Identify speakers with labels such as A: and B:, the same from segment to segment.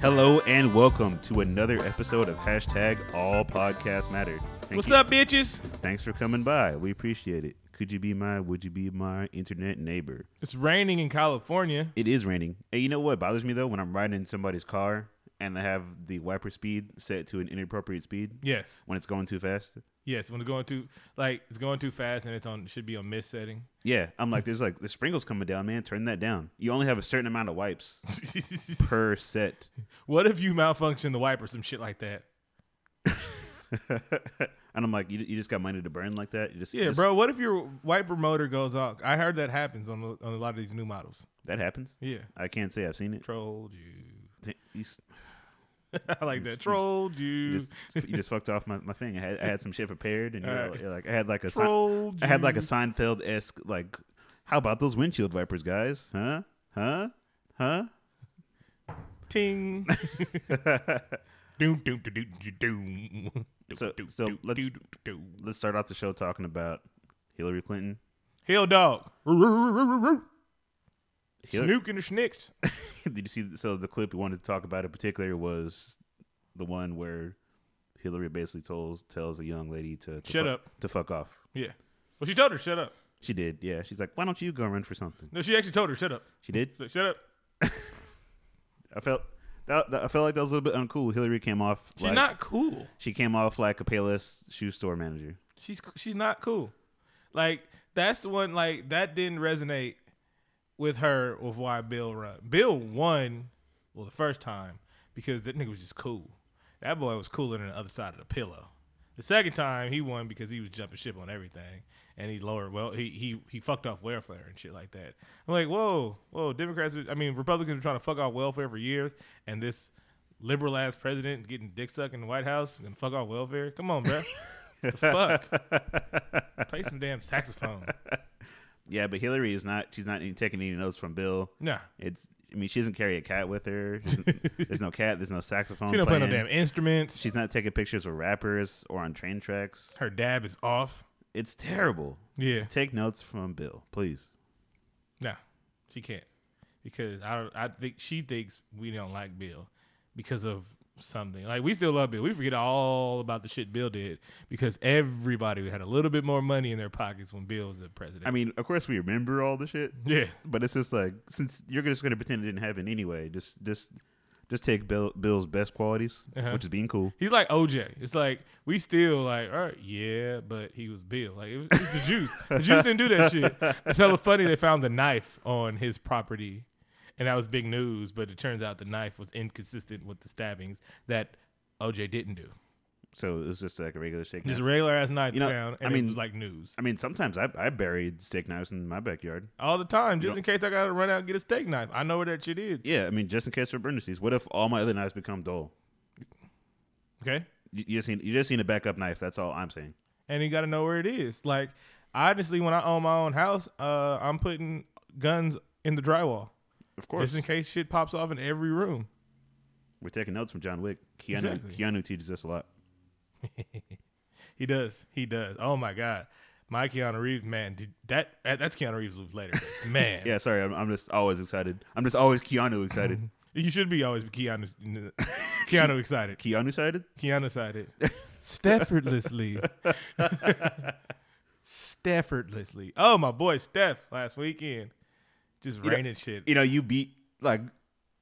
A: Hello and welcome to another episode of hashtag All Podcasts Matter. Thank
B: What's
A: you.
B: up, bitches?
A: Thanks for coming by. We appreciate it. Could you be my? Would you be my internet neighbor?
B: It's raining in California.
A: It is raining. And you know what bothers me though? When I'm riding in somebody's car and they have the wiper speed set to an inappropriate speed
B: Yes,
A: when it's going too fast.
B: yes. When it's going too like it's going too fast and it's on should be on miss setting.
A: Yeah, I'm like, there's like the sprinkles coming down, man. Turn that down. You only have a certain amount of wipes per set.
B: what if you malfunction the wiper, some shit like that?
A: and I'm like, you, you just got money to burn like that? You just
B: Yeah,
A: just-
B: bro. What if your wiper motor goes off? I heard that happens on the, on a lot of these new models.
A: That happens.
B: Yeah,
A: I can't say I've seen it.
B: trolled you.
A: You s-
B: I like
A: You
B: that.
A: just-
B: Trolled
A: you
B: you.
A: just, you just fucked off my, my thing. I had, I had some shit prepared, and you're,
B: Alright.
A: you're like, I had like a Se-
B: trolled.
A: I had like a
B: you.
A: Seinfeld esque like, how about those windshield wipers, guys? Huh? Huh? Huh?
B: ting. doom doom doom doom doom, doom.
A: So-
B: Doom,
A: so
B: doom,
A: let's-
B: doom, doom.
A: Let's start off the show talking about Hillary Clinton.
B: Hill dog.
A: Hillary-
B: Snook and the schnicks.
A: Did you see? So the clip we wanted to talk about in particular was the one where Hillary basically tells tells a young lady to, to
B: Shut
A: fu-
B: up.
A: to fuck off.
B: Yeah. Well, she told her shut up.
A: She did, yeah. She's like, "Why don't you go run for something?"
B: No, she actually told her shut up.
A: She did.
B: Like, Shut up.
A: I felt that, that- I felt like that was a little bit uncool. Hillary came off.
B: She's
A: like,
B: not cool.
A: She came off like a Payless shoe store manager.
B: She's she's not cool. Like that's the one. Like that didn't resonate with her. With why Bill run. Bill won. Well, the first time because that nigga was just cool. That boy was cooler than the other side of the pillow. The second time he won because he was jumping ship on everything and he lowered. Well, he he he fucked off welfare and shit like that. I'm like, whoa, whoa. Democrats. I mean, Republicans were trying to fuck off welfare for years, and this liberal ass president getting dick sucked in the White House and fuck off welfare. Come on, bro. the fuck. Play some damn saxophone.
A: Yeah, but Hillary is not. She's not any- taking any notes from Bill.
B: Nah.
A: It's. I mean, she doesn't carry a cat with her. She doesn't- there's no cat. There's no saxophone.
B: She don't play no
A: playing.
B: damn instruments.
A: She's not taking pictures with rappers or on train tracks.
B: Her dab is off.
A: It's terrible.
B: Yeah.
A: Take notes from Bill, please.
B: Nah. She can't. Because I don't I think she thinks we don't like Bill because of something. Like we still love Bill. We forget all about the shit Bill did because everybody had a little bit more money in their pockets when Bill was the president.
A: I mean, of course, we remember all the shit,
B: yeah.
A: but it's just like since you're just gonna pretend it didn't happen anyway. Just, just, just take Bill, Bill's best qualities,
B: Uh-huh.
A: which is being cool.
B: He's like OJ. It's like we still like, all right, yeah, but he was Bill. Like it was, it was the Jews. The Jews didn't do that shit. It's hella funny they found the knife on his property, and that was big news. But it turns out the knife was inconsistent with the stabbings that OJ didn't do.
A: So it was just like a regular shake.
B: Just
A: knife.
B: a regular ass knife
A: You know,
B: found,
A: I
B: and
A: mean-
B: it was like news
A: I mean, sometimes I, I buried steak knives in my backyard.
B: all the time, just
A: don't-
B: in case I gotta run out and get a steak knife. I know where that shit is.
A: Yeah, I mean, just in case for emergencies. What if all my other knives become dull?
B: Okay.
A: You, you just need you just need a backup knife. That's all I'm saying.
B: and you got to know where it is. Like honestly, when I own my own house, uh, I'm putting guns in the drywall
A: Of course,
B: just in case shit pops off in every room.
A: we're taking notes from John Wick. Keanu
B: Exactly.
A: Keanu teaches us a lot.
B: He does, he does. Oh my god, my Keanu Reeves man, did that that- that's Keanu Reeves later, man.
A: Yeah, sorry, I'm, I'm just always excited. I'm just always Keanu excited.
B: you should be always Keanu Keanu excited,
A: Keanu excited.
B: Keanu excited, Stafford Leslie. Stafford Leslie. Oh my boy, Steph last weekend, just
A: You know-
B: raining shit.
A: You know, you beat like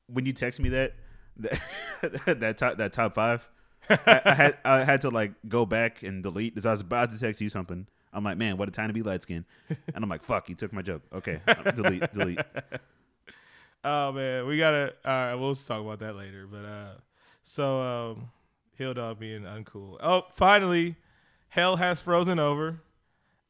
A: when you text me that that that top, that top five. I, I had I had to like go back and delete because I was about to text you something. I'm like, man, what a time to be light skinned. And I'm like, fuck, you took my joke. Okay, delete, delete.
B: Oh man, we gotta. All right, we'll talk about that later. But uh, so um, Hill Dog being uncool. Oh, finally, hell has frozen over.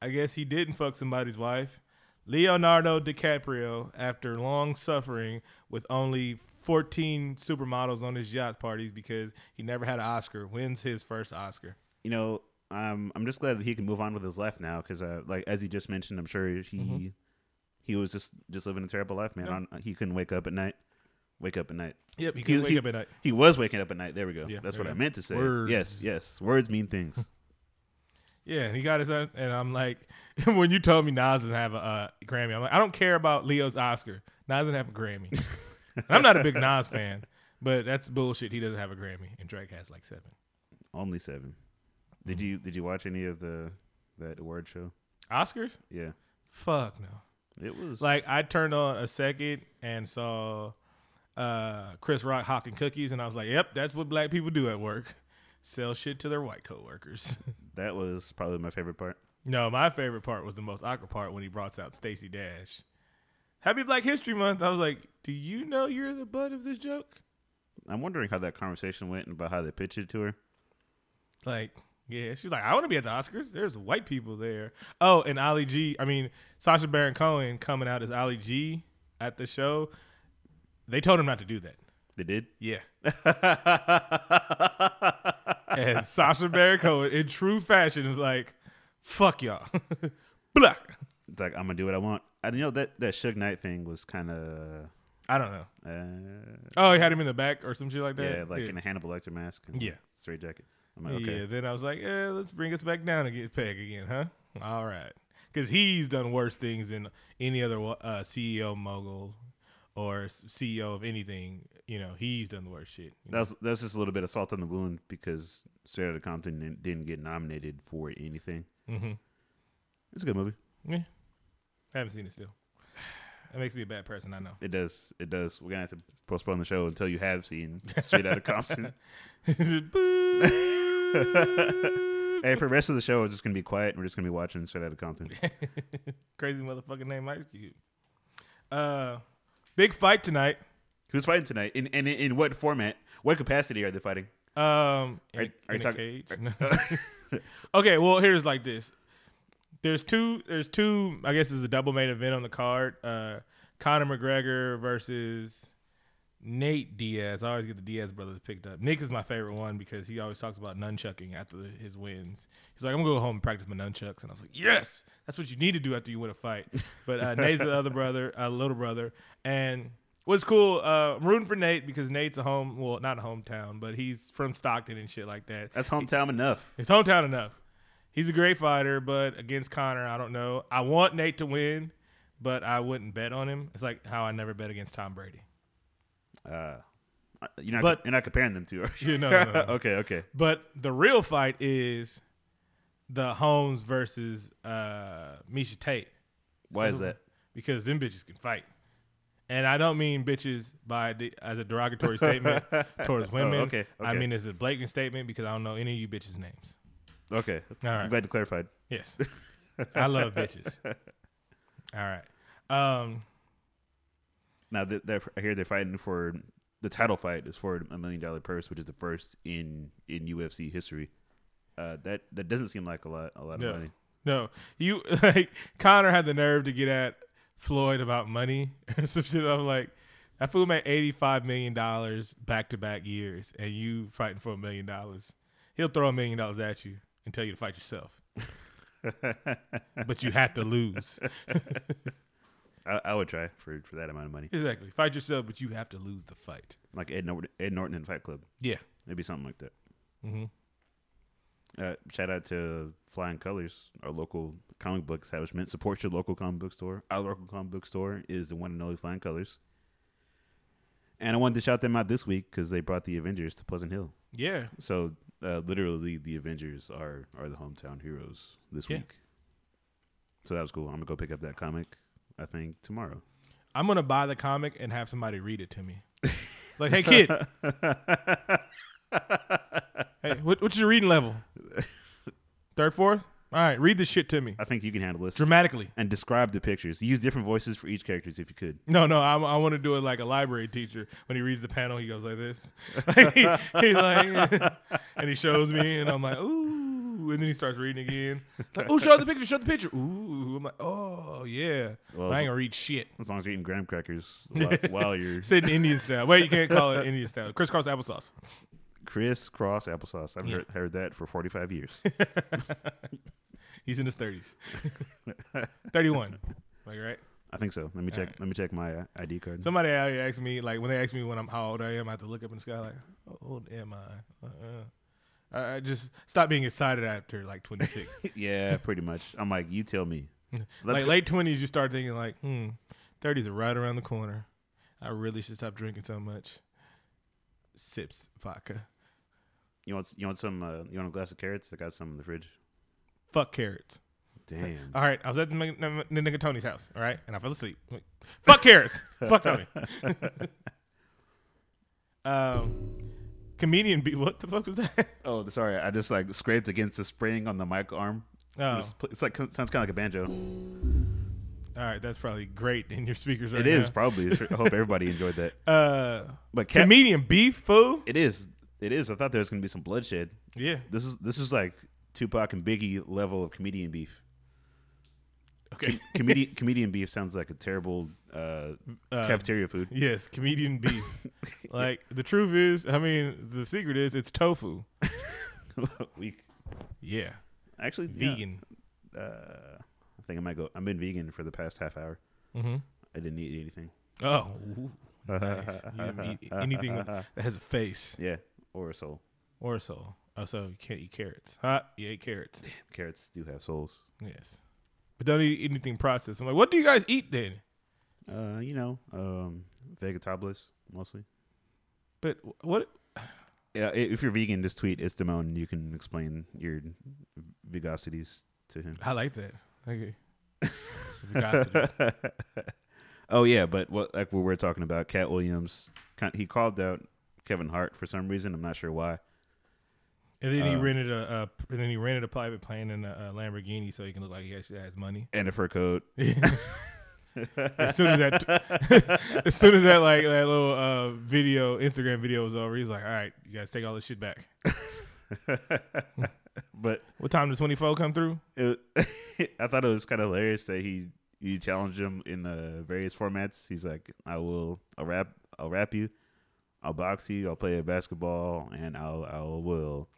B: I guess he didn't fuck somebody's wife. Leonardo DiCaprio, after long suffering with only 14 supermodels on his yacht parties because he never had an Oscar, wins his first Oscar.
A: you know, um, I'm just glad that he can move on with his life now because, uh, like as you just mentioned, I'm sure he
B: Mm-hmm.
A: he was just just living a terrible life, man.
B: Yeah.
A: On, he couldn't wake up at night. Wake up at night.
B: Yep, he
A: He-
B: couldn't wake
A: he-
B: up at night.
A: He was waking up at night. There we go.
B: Yeah,
A: That's
B: there
A: what I
B: we go.
A: meant to say.
B: Words.
A: Yes, yes. Words mean things.
B: Yeah, and he got his own, and I'm like, when you told me Nas doesn't have a uh, Grammy, I'm like, I don't care about Leo's Oscar. Nas doesn't have a Grammy. and I'm not a big Nas fan, But that's bullshit. He doesn't have a Grammy, and Drake has like seven.
A: Only seven.
B: Mm-hmm.
A: Did you did you watch any of the that award show?
B: Oscars?
A: Yeah,
B: Fuck no.
A: it was
B: Like I turned on a second and saw uh, Chris Rock hawking cookies, and I was like, "Yep, that's what black people do at work: sell shit to their white coworkers."
A: that was probably my favorite part.
B: no, my favorite part was the most awkward part when he brought out Stacey Dash. Happy Black History Month! I was like, "Do you know you're the butt of this joke?"
A: I'm wondering how that conversation went and about how they pitched it to her.
B: Like, yeah, she's like, I want to be at the Oscars. There's white people there. Oh, and Ali G. I mean, Sasha Baron Cohen coming out as Ali G at the show. They told him not to do that.
A: They did.
B: Yeah. and Sasha Baron Cohen, in true fashion, is like, fuck y'all. Black.
A: It's like I'm gonna do what I want. I you know that that Suge Knight thing was kind of
B: I don't know.
A: uh,
B: Oh, he had him in the back or some shit like that?
A: yeah, like in a Hannibal Lecter mask and
B: Eh, Yeah.
A: straight jacket. I'm like, okay,
B: Yeah, then I was like, eh, let's bring us back down and get Peg again, huh? All right. Because he's done worse things than any other uh, CEO mogul or CEO of anything. You know, he's done the worst shit.
A: that's that's just a little bit of salt on the wound because Straight Outta Compton didn't- didn't get nominated for anything.
B: hmm
A: It's a good movie.
B: Yeah. I haven't seen it still. That makes me a bad person, I know.
A: It does. It does. We're gonna have to postpone the show until you have seen Straight Outta Compton.
B: Boo.
A: hey, for the rest of the show, it's just gonna be quiet. We're just gonna be watching Straight Outta Compton.
B: Crazy motherfucking name Ice Cube. Uh, big fight tonight.
A: Who's fighting tonight? In and in, in what format? What capacity are they fighting?
B: Um, in
A: Are- are
B: a- in
A: you
B: a
A: talking-
B: cage? okay, well, here's like this. There's two. There's two. I guess is a double main event on the card. Uh, Conor McGregor versus Nate Diaz. I always get the Diaz brothers picked up. Nick is my favorite one because he always talks about nunchucking after the- his wins. He's like, I'm gonna go home and practice my nunchucks, and I was like, yes, that's what you need to do after you win a fight. But uh, Nate's the other brother, uh, little brother, and what's cool, uh, I'm rooting for Nate because Nate's a home, well, not a hometown, but he's from Stockton and shit like that.
A: That's hometown enough.
B: His hometown enough. He's a great fighter, but against Connor, I don't know. I want Nate to win, but I wouldn't bet on him. It's like how I never bet against Tom Brady.
A: Uh, you're not.
B: But-
A: you're not comparing them to. Are you?
B: Yeah, no, no, no, no.
A: okay. Okay.
B: But the real fight is the Holmes versus uh, Misha Tate
A: Why is that?
B: because them bitches can fight. And I don't mean bitches by the, as a derogatory statement towards women.
A: Oh, okay,
B: I
A: okay.
B: mean it's a blatant statement because I don't know any of you bitches' names.
A: Okay.
B: All
A: I'm
B: right.
A: glad you clarified.
B: Yes. I love bitches. All right. Um,
A: Now that they're, I hear they're fighting for the title fight is for a million dollar purse, which is the first in in UFC history. Uh, that that doesn't seem like a lot a lot of
B: Yeah.
A: money.
B: No, you like Connor had the nerve to get at Floyd about money or some shit. I'm like, that fool made eighty five million dollars back to back years, and you fighting for a million dollars. He'll throw a million dollars at you and tell you to fight yourself, but you have to lose.
A: I, I would try for for that amount of money.
B: exactly, fight yourself, but you have to lose the fight.
A: Like Ed Norton, Ed Norton in Fight Club,
B: Yeah.
A: maybe something like that.
B: hmm
A: Uh, shout out to Flying Colors, our local comic book establishment. Support your local comic book store. Our local comic book store is the one and only Flying Colors. And I wanted to shout them out this week because they brought the Avengers to Pleasant Hill.
B: Yeah.
A: So uh, literally, the Avengers are are the hometown heroes this
B: Yeah.
A: week. So that was cool. I'm gonna go pick up that comic. I think tomorrow.
B: I'm gonna buy the comic and have somebody read it to me. like, hey kid, hey, what, what's your reading level? Third, fourth. All right, read this shit to me
A: I think you can handle this
B: dramatically.
A: and describe the pictures. Use different voices for each characters if you could.
B: No, no, I, I want to do it like a library teacher. When he reads the panel, he goes like this. Like, he- he's like, and he shows me, and I'm like, ooh, and then he starts reading again. Like, ooh, show the picture, show the picture. Ooh, I'm like, oh yeah.
A: Well,
B: I ain't gonna read shit.
A: As long as you're eating graham crackers while, while you're
B: Sitting Indian style. Wait, you can't call it Indian style. Crisscross applesauce.
A: crisscross applesauce. I've
B: Yeah.
A: heard, heard that for 45 years.
B: He's in his thirties. Thirty-one. Like right.
A: I think so. Let me check. Let me check my uh, ID card.
B: Somebody out here asked me, like, when they ask me when I'm how old I am, I have to look up in the sky, like, how old am I? Uh, I, I just stop being excited after like 26.
A: yeah, pretty much. I'm like, you tell me. Let's
B: like
A: go-
B: late 20s, you start thinking like, hmm, 30s are right around the corner. I really should stop drinking so much. sips vodka.
A: You want you want some? Uh, you want a glass of carrots? I got some in the fridge.
B: Fuck carrots.
A: Damn.
B: All right, I was at the, nigga- the nigga Tony's house. All right, and I fell asleep. Fuck carrots. Fuck Tony. um, comedian B. What the fuck was that?
A: Oh, sorry. I just like scraped against the spring on the mic arm.
B: Oh,
A: It's, it's like sounds kind of like a banjo.
B: all right. That's probably great in your speakers right
A: It
B: now.
A: is probably. I hope everybody enjoyed that.
B: Uh,
A: But cat,
B: comedian B. Fool.
A: it is. It is. I thought there was gonna be some bloodshed.
B: Yeah.
A: This is this is like Tupac and Biggie level of comedian beef.
B: Okay.
A: Comedian comedian beef sounds like a terrible uh,
B: Uh,
A: cafeteria food.
B: Yes, comedian beef. like the truth is, I mean, the secret is it's tofu.
A: Weak.
B: Yeah,
A: Actually, yeah.
B: vegan.
A: Uh, I think I might go. I've been vegan for the past half hour.
B: hmm
A: I didn't eat anything.
B: Oh, ooh, nice. You didn't eat anything with- that has a face
A: Yeah, or a soul.
B: or a soul. Oh, so you can't eat carrots. Huh? You ate carrots.
A: Carrots do have souls.
B: Yes, but don't eat anything processed. I'm like, what do you guys eat then?
A: Uh, you know, um, vegetables mostly.
B: But wh- what?
A: Yeah, i- if you're vegan, just tweet it's Damone and you can explain your vegosities to him.
B: I like that. Okay. Vegosity.
A: oh yeah, but what like what we're talking about, Cat Williams, kin- he called out Kevin Hart for some reason. I'm not sure why.
B: And then he
A: Uh,
B: rented a, uh, and then he rented a private plane and a, a Lamborghini so he can look like he actually has money.
A: And a fur coat.
B: as soon as that, as soon as that like that little uh, video, Instagram video was over, he's like, "All right, you guys take all this shit back."
A: But
B: What time did twenty four come through?
A: it, I thought it was kind of hilarious that he you challenged him in the various formats. He's like, I will, I'll rap, I'll rap you, I'll box you, I'll play basketball, and I'll, I will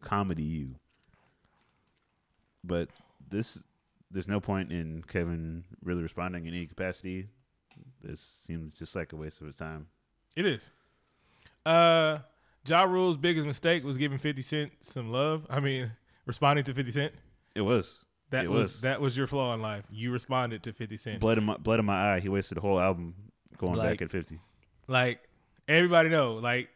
A: comedy you. But this, there's no point in Kevin really responding in any capacity. This seems just like a waste of his time.
B: It is. Uh, ja Rule's biggest mistake was giving Fifty Cent some love. I mean, responding to Fifty Cent.
A: It was
B: That
A: It
B: was,
A: was.
B: that was your flaw in life. You responded to Fifty Cent.
A: blood in my blood in my eye. He wasted the whole album going
B: Like-
A: back at fifty.
B: Like everybody know, like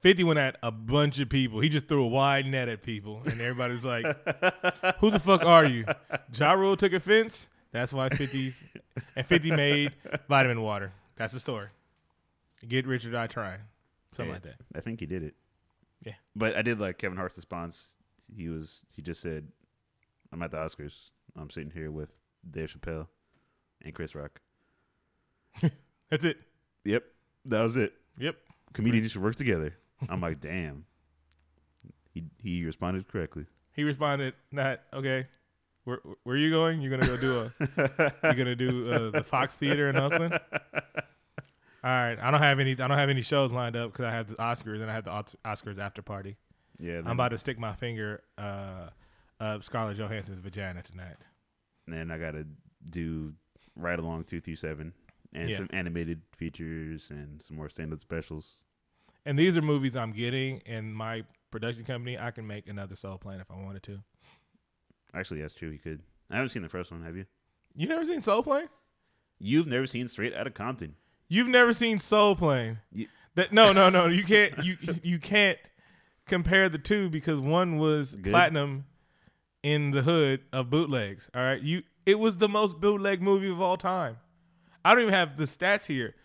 B: Fifty went at a bunch of people. He just threw a wide net at people, and everybody's like, "Who the fuck are you?" Ja Rule took offense. That's why 50s and Fifty made vitamin water. That's the story. Get rich or die trying, something like that.
A: I think he did it.
B: Yeah.
A: But I did like Kevin Hart's response. He was he just said, "I'm at the Oscars. I'm sitting here with Dave Chappelle and Chris Rock."
B: That's it.
A: Yep, that was it.
B: Yep.
A: Comedians should work together. I'm like, damn. He he responded correctly.
B: He responded, "Not okay. Where where you going? You're gonna go do a you're gonna do uh, the Fox Theater in Oakland." All right, I don't have any. I don't have any shows lined up because I have the Oscars and I have the Os- Oscars after party.
A: Yeah,
B: I'm about to stick my finger uh, up Scarlett Johansson's vagina tonight.
A: and I gotta do right along two through seven and
B: Yeah.
A: some animated features and some more stand up specials.
B: And these are movies I'm getting, and my production company, I can make another Soul Plane if I wanted to.
A: Actually, that's true. He could. I haven't seen the first one. Have you?
B: You never seen Soul Plane?
A: You've never seen Straight Outta Compton.
B: You've never seen Soul Plane?
A: Ye-
B: That no, no, no. You can't. You you can't compare the two because one was
A: Good.
B: platinum in the hood of bootlegs. All right, you. It was the most bootleg movie of all time. I don't even have the stats here.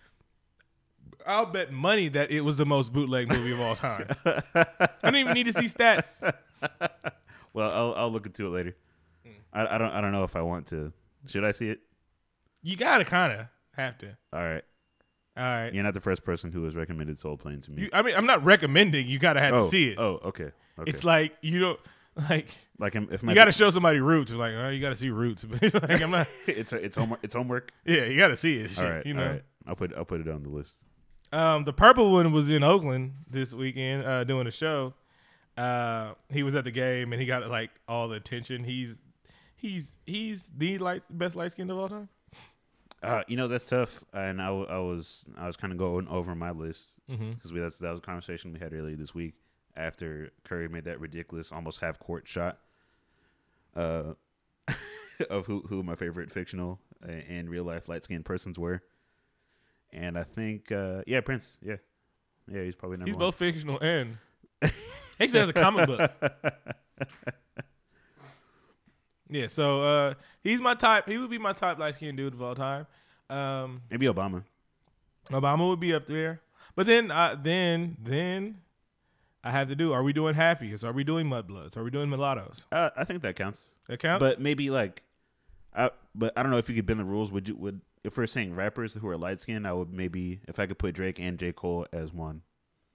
B: I'll bet money that it was the most bootleg movie of all time. I don't even need to see stats.
A: Well, I'll I'll look into it later.
B: Hmm.
A: I, I don't I don't know if I want to. Should I see it?
B: You gotta kind of have to.
A: All right.
B: All right.
A: You're not the first person who has recommended Soul Plane to me.
B: You, I mean, I'm not recommending. You gotta have
A: oh,
B: to see it.
A: Oh, okay. Okay.
B: It's like you don't like.
A: like um, if my
B: You got to show somebody Roots. Like, oh, you got to see Roots. But it's like, I'm not.
A: it's it's homework. It's homework.
B: Yeah, you got to see it. Shit,
A: all right.
B: you know.
A: All right. I'll put I'll put it on the list.
B: Um, the purple one was in Oakland this weekend uh, doing a show. Uh, he was at the game and he got like all the attention. He's he's he's the light best light skinned of all time.
A: Uh, you know that's tough, and I, w- I was I was kind of going over my list
B: Mm-hmm.
A: because we that's that was a conversation we had earlier this week after Curry made that ridiculous almost half court shot. Uh, of who who my favorite fictional a- and real life light skinned persons were, and I think uh yeah Prince yeah Yeah, he's probably number
B: He's
A: one.
B: both fictional and he actually has a comic book. Yeah, so uh, he's my type. He would be my type light skinned dude of all time. Um,
A: Maybe Obama.
B: Obama would be up there, but then I then then I have to do. Are we doing halfies? Are we doing mudbloods? Are we doing mulattoes?
A: Uh, I think that counts.
B: That counts.
A: But maybe like, I, but I don't know if you could bend the rules. Would you would if we're saying rappers who are light skinned I would maybe if I could put Drake and J Cole as one.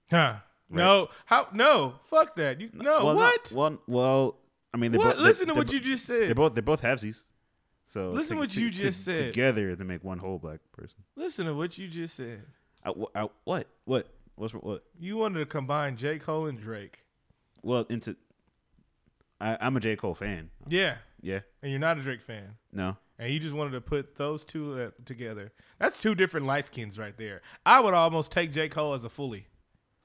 B: huh. No, how? No, fuck that. You no
A: well,
B: Oh, what?
A: No, well, well, I mean, they
B: what?
A: both, they-
B: Listen to
A: they
B: what
A: bo-
B: you just
A: They're
B: said.
A: both they're both halfsies. So
B: Listen
A: to-
B: what
A: to-
B: you
A: to-
B: just said.
A: Together, they make one whole black person.
B: Listen to what you just said.
A: I, wh- I, what? What? What's what?
B: You wanted to combine J Cole and Drake.
A: Well, into. I, I'm a J Cole fan.
B: Yeah,
A: Yeah.
B: and you're not a Drake fan.
A: No.
B: and you just wanted to put those two uh, together. That's two different light skins right there. I would almost take J. Cole as a fully.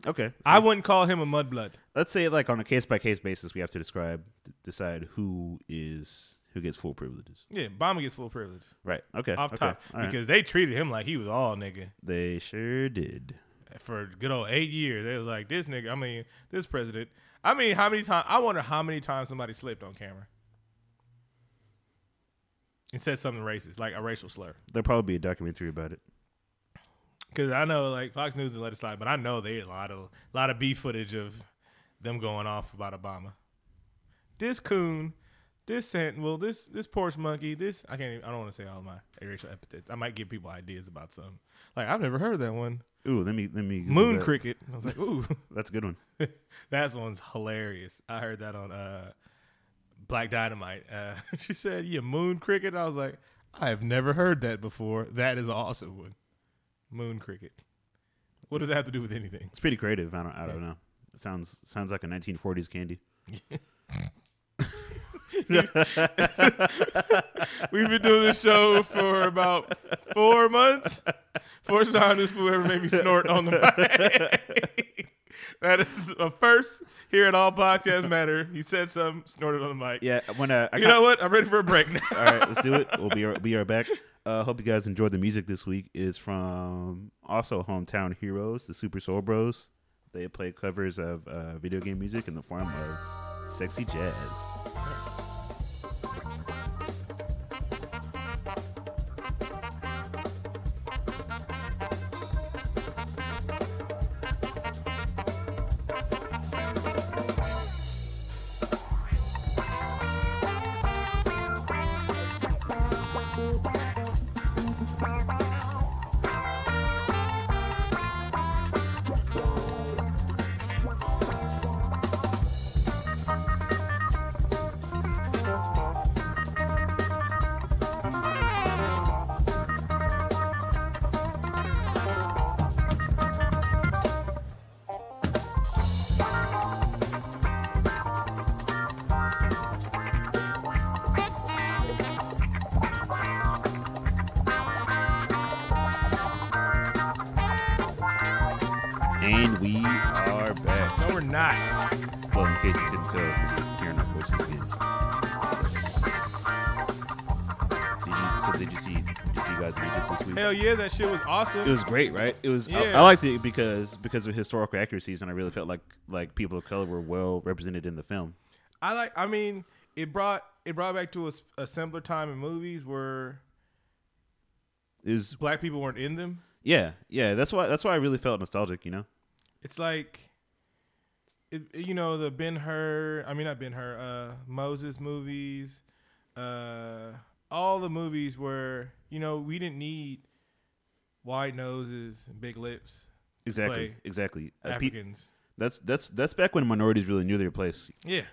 A: Okay.
B: I wouldn't call him a mudblood.
A: let's say like on a case by case basis we have to describe d- decide who is who gets full privileges
B: Yeah, Obama gets full privilege
A: right okay
B: off
A: okay.
B: top
A: All right.
B: because they treated him like he was all nigga
A: they sure did
B: for a good old eight years. They was like this nigga. I mean, this president. I mean, how many times? I wonder how many times somebody slipped on camera and said something racist, like a racial slur.
A: there'll probably be a documentary about it
B: Because I know like Fox News didn't let it slide, but I know they a lot of lot of B footage of them going off about Obama. This coon, this sent well, this this Porsche monkey, this I can't even, I don't want to say all my racial epithets. I might give people ideas about some. Like I've never heard of that one.
A: ooh let me let me Google
B: Moon
A: that.
B: cricket. I was like, ooh,
A: that's a good one
B: that one's hilarious. I heard that on uh Black Dynamite. Uh, she said, "Yeah, moon cricket." I was like, "I have never heard that before. That is an awesome one." Moon cricket. What does that have to do with anything?
A: it's pretty creative i don't i don't know it sounds sounds like a 1940s candy
B: We've been doing this show for about four months. First time this fool ever made me snort on the mic. that is a first here at All Podcasts Matter. He said something, snorted on the mic.
A: yeah when uh, I
B: You know what? I'm ready for a break now.
A: all right let's do it we'll be right, be right back uh hope you guys enjoyed the music this week it's from also hometown heroes the super soul bros they play covers of uh, video game music in the form of sexy jazz And we are back.
B: No, we're not.
A: Well, in case you couldn't tell, 'cause you're hearing our voices again. Did you, so did you see? Did you see guys Egypt this week?
B: Hell yeah, that shit was
A: It
B: awesome.
A: was great, right? It was. I- I,
B: Yeah.
A: liked it because because of historical accuracies, and I really felt like like people of color were well represented in the film.
B: I like. I mean, it brought it brought back to a, s- a simpler time in movies where
A: Is
B: black people weren't in them.
A: yeah, yeah. That's why that's why I really felt nostalgic. You know,
B: It's like, it, it- you know, the Ben Hur. I mean, not Ben Hur. Uh, Moses movies. Uh, all the movies where you know we didn't need wide noses and big lips.
A: exactly,
B: Play
A: exactly. Uh, pe-
B: Africans.
A: that's that's that's back when minorities really knew their place.
B: Yeah,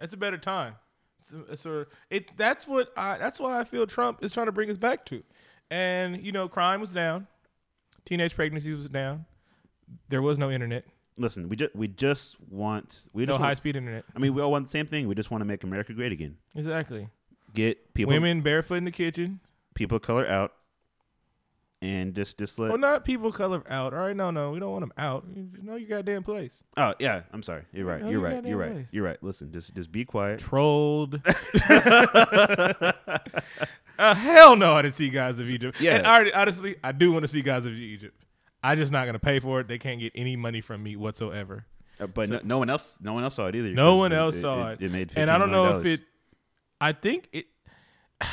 B: that's a better time. So, so it that's what I that's why I feel Trump is trying to bring us back to, and you know, crime was down, teenage pregnancies was down, there was no internet,
A: Listen, we just we just want we
B: no
A: just
B: high
A: want,
B: speed internet.
A: I mean, we all want the same thing. We just want to make America great again.
B: Exactly.
A: get people
B: Women barefoot in the kitchen.
A: people of color out and just just let
B: Well, not people color out. All right, no, no, we don't want them out. You just know your goddamn place.
A: oh yeah i'm sorry you're right
B: No,
A: you're
B: you're
A: right
B: goddamn
A: you're right
B: right.
A: you're right listen just just be quiet
B: Trolled. uh, hell no, I didn't see guys of Egypt.
A: Yeah.
B: And I already, honestly, I do want to see guys of Egypt. I just not gonna pay for it. They can't get any money from me whatsoever.
A: Uh, but no, no one else, no one else saw it either.
B: No
A: 'cause
B: one else saw it.
A: It, made,
B: and I don't know if
A: $15
B: it. I think it.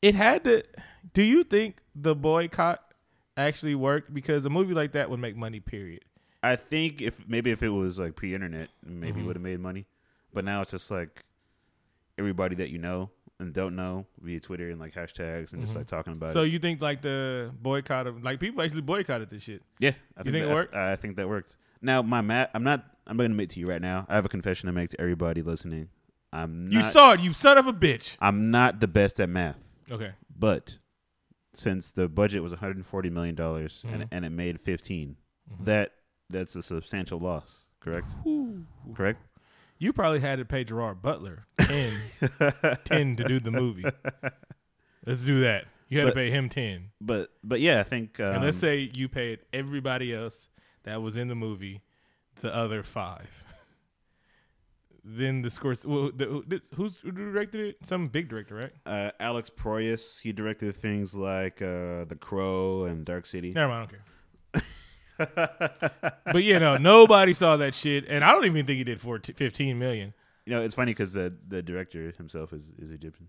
B: It had to. Do you think the boycott actually worked? Because a movie like that would make money. Period.
A: I think if maybe if it was like pre-internet, maybe
B: Mm-hmm.
A: would have made money. But now it's just like everybody that you know and don't know via Twitter and like hashtags and just like talking about
B: Mm-hmm. So
A: it.
B: you think like the boycott of like people actually boycotted this shit?
A: Yeah, I
B: think it
A: that,
B: worked?
A: I, I think that worked. Now my mat, I'm not. I'm going to admit to you right now. I have a confession to make to everybody listening. I'm not.
B: You saw it. You son of a bitch.
A: I'm not the best at math.
B: Okay.
A: But since the budget was 140 million dollars and, and it made 15, that that's a substantial loss. Correct. Correct.
B: You probably had to pay Gerard Butler 10, 10 to do the movie. Let's do that. You had
A: But-
B: to pay him ten.
A: But but yeah, I think. Um,
B: and let's say you paid everybody else that was in the movie the other five. then the scores. Well, the, who- this- who's who directed it? Some big director, right?
A: uh, Alex Proyas, he directed things like uh, The Crow and Dark City.
B: Never mind, I don't care. but yeah, no, nobody saw that shit, and I don't even think he did 14, 15 million.
A: You know, it's funny because the the director himself is is Egyptian.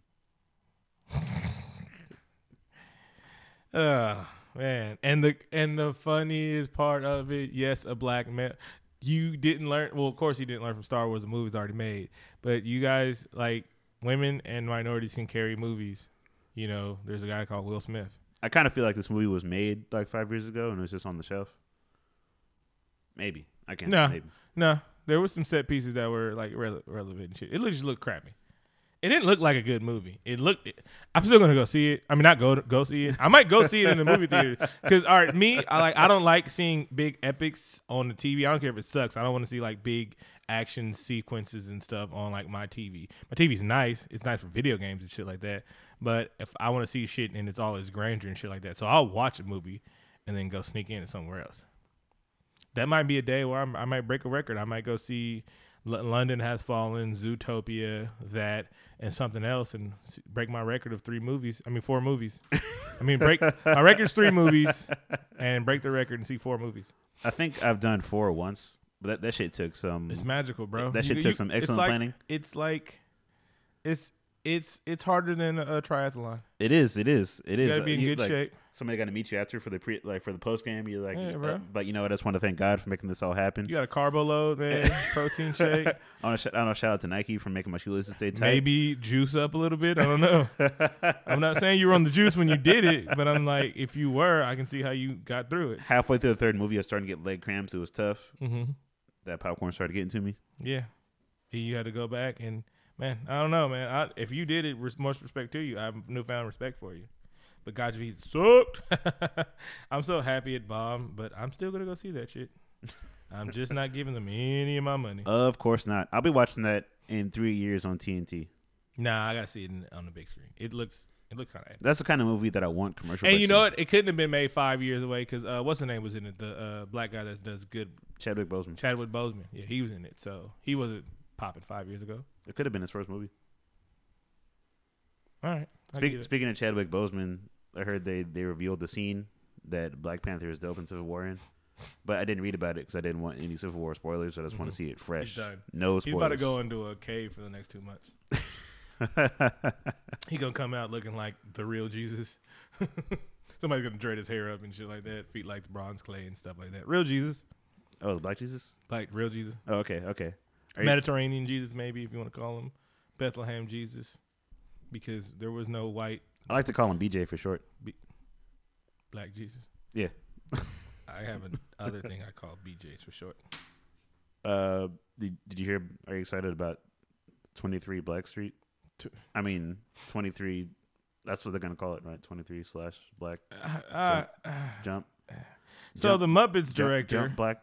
B: Oh man, and the and the funniest part of it, yes, a black man. You didn't learn. Well, of course, you didn't learn from Star Wars. The movie's already made, but you guys like women and minorities can carry movies. You know, there's a guy called Will Smith.
A: I kind of feel like this movie was made like five years ago and it was just on the shelf. Maybe I can't.
B: No.
A: Maybe.
B: No, there was some set pieces that were like rele- relevant and shit. It just looked crappy. It didn't look like a good movie. It looked. I'm still gonna go see it. I mean, not go go see it. I might go see it in the movie theater because all right, me, I like. I don't like seeing big epics on the TV. I don't care if it sucks. I don't want to see like big action sequences and stuff on like my TV. My TV's nice. It's nice for video games and shit like that. But if I want to see shit and it's all its grandeur and shit like that, so I'll watch a movie and then go sneak in somewhere else that might be a day where I'm, I might break a record. I might go see L- London Has Fallen, Zootopia, that, and something else, and s- break my record of three movies. I mean, four movies. I mean, break my record's three movies, and break the record and see four movies.
A: I think I've done four once, but that, that shit took some.
B: It's magical, bro.
A: That shit took some
B: it's
A: excellent
B: like-
A: planning.
B: It's like, it's it's it's harder than a, a triathlon.
A: It is. It is. It is.
B: gotta be in good
A: like,
B: shape.
A: Somebody got to meet you after for the pre, like for the post game. You're like, uh,
B: Yeah, bro.
A: but you know, I just want to thank God for making this all happen.
B: You got a carbo load, man. protein shake,
A: I want to shout, I wanna shout out to Nike for making my shoelaces stay tight.
B: maybe juice up a little bit. I don't know. I'm not saying you were on the juice when you did it, but I'm like, if you were, I can see how you got through it.
A: Halfway through the third movie, I was starting to get leg cramps. It was tough.
B: Mm-hmm.
A: That popcorn started getting to me.
B: Yeah, you had to go back and man, I don't know, man. I, if you did it, res- much respect to you. I have newfound respect for you. But God, he sucked. I'm so happy it bombed, but I'm still gonna go see that shit. I'm just not giving them any of my money.
A: Of course not. I'll be watching that in three years on TNT.
B: Nah, I gotta see it in, on the big screen. It looks, it looks kind of.
A: That's the kind of movie that I want commercial.
B: And you
A: breaks
B: know
A: in.
B: what? It couldn't have been made five years away because uh, what's the name was in it? The uh, black guy that does good
A: Chadwick Boseman.
B: Chadwick Boseman. Yeah, he was in it. So he wasn't popping five years ago.
A: It could have been his first movie.
B: All right. I
A: Speak,
B: get it.
A: speaking of Chadwick Boseman, I heard they they revealed the scene that Black Panther is the open Civil War in, but I didn't read about it because I didn't want any Civil War spoilers. So I just want to see it fresh.
B: Mm-hmm. done.
A: No spoilers.
B: He's about to go into a cave for the next two months. he gonna come out looking like the real Jesus. Somebody's gonna dread his hair up and shit like that. Feet like bronze clay and stuff like that. Real Jesus,
A: Oh, Black Jesus.
B: like real Jesus,
A: Oh, okay, okay. Are you-
B: Mediterranean Jesus, maybe if you want to call him Bethlehem Jesus, because there was no white
A: I like to call him BJ for short.
B: black Jesus.
A: Yeah.
B: I have another thing I call BJ's for short.
A: Uh, did, did you hear? Are you excited about Twenty Three Black Street?
B: Tw-
A: I mean, Twenty Three. That's what they're gonna call it, right? Twenty Three slash Black
B: Uh, uh,
A: Jump.
B: so
A: Jump-
B: the Muppets
A: Jump-
B: director.
A: Jump Black.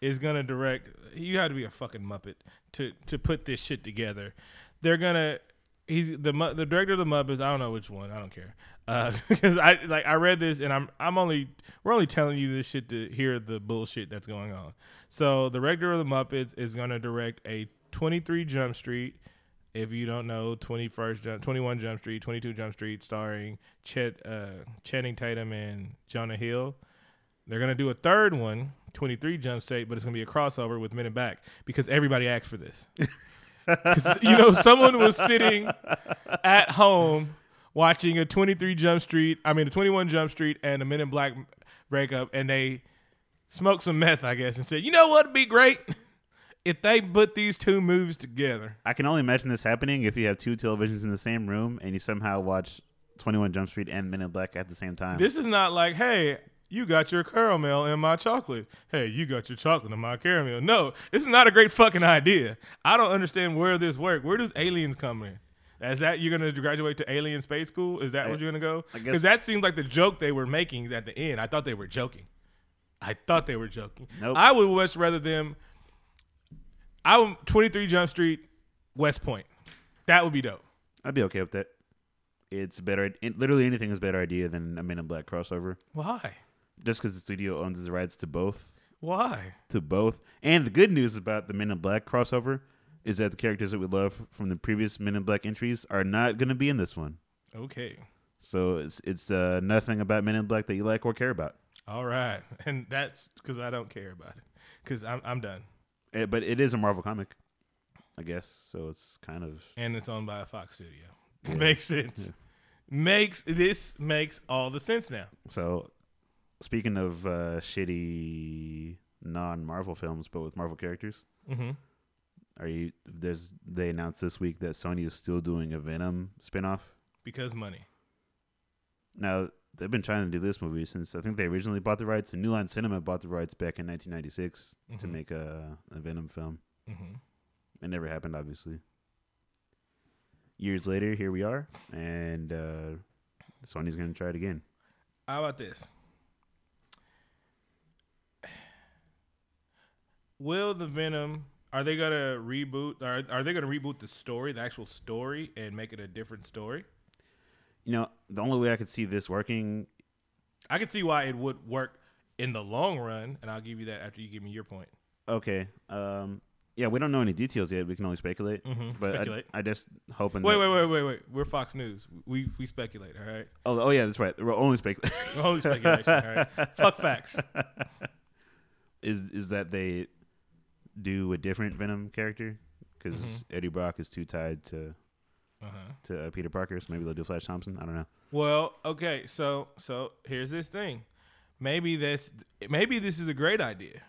B: is gonna direct. You had to be a fucking muppet to to put this shit together. They're gonna. He's the Mu- the director of the Muppets. I don't know which one. I don't care. Uh, because I like I read this and I'm I'm only we're only telling you this shit to hear the bullshit that's going on. So the director of the Muppets is gonna direct a 23 Jump Street. If you don't know, 21st Jump, 21 Jump Street, 22 Jump Street, starring Chet uh, Channing Tatum and Jonah Hill They're gonna do a third one, 23 Jump Street, but it's gonna be a crossover with Men in Black because everybody asked for this. 'Cause, you know, someone was sitting at home watching a 23 Jump Street, I mean a 21 Jump Street, and a Men in Black breakup, and they smoked some meth, I guess, and said, "You know what'd be great if they put these two movies together."
A: I can only imagine this happening if you have two televisions in the same room and you somehow watch 21 Jump Street and Men in Black at the same time.
B: This is not like, hey, you got your caramel in my chocolate. Hey, you got your chocolate in my caramel. No, this is not a great fucking idea. I don't understand where this work. Where does aliens come in? Is that you're gonna graduate to alien space school? Is that where you're gonna go?
A: I guess-
B: Because that seemed like the joke they were making at the end. I thought they were joking. I thought they were joking.
A: Nope.
B: I would much rather them. I would 23 Jump Street, West Point. That would be dope.
A: I'd be okay with that. It's a better. It, literally anything is a better idea than a Men in Black crossover,
B: Why?
A: just because the studio owns the rights to both.
B: Why?
A: To both. And the good news about the Men in Black crossover is that the characters that we love from the previous Men in Black entries are not going to be in this one.
B: Okay.
A: So it's it's uh, nothing about Men in Black that you like or care about.
B: All right, and that's because I don't care about it. Because I'm I'm done,
A: Eh, but it is a Marvel comic, I guess. So it's kind of
B: and it's owned by a Fox studio. makes sense. Makes this makes all the sense now.
A: So, speaking of uh, shitty non-Marvel films, but with Marvel characters,
B: Mhm.
A: are you? There's they announced this week that Sony is still doing a Venom spinoff.
B: Because money.
A: Now they've been trying to do this movie since I think they originally bought the rights. And New Line Cinema bought the rights back in 1996 to
B: Mhm.
A: make a, a Venom film.
B: hmm
A: It never happened, obviously. Years later, here we are, and uh, Sony's going to try it again.
B: How about this? Will the Venom? Are they gonna reboot? Are are they gonna reboot the story, the actual story, and make it a different story?
A: You know, the only way I could see this working
B: I can see why it would work in the long run, and I'll give you that after you give me your point.
A: Okay. Um. Yeah, we don't know any details yet. We can only speculate.
B: Mhm,
A: Mm-hmm. But
B: speculate.
A: I, I just hoping.
B: Wait,
A: that-
B: wait, wait, wait, wait. We're Fox News. We we speculate, all right?
A: Oh, oh yeah, that's right. We're only speculate.
B: Only speculation, all right? Fuck facts.
A: is is that they do a different Venom character because
B: Mm-hmm.
A: Eddie Brock is too tied to
B: Uh-huh.
A: to uh, Peter Parker, so maybe they'll do Flash Thompson. I don't know.
B: Well, okay, so so here's this thing. Maybe that's maybe this is a great idea.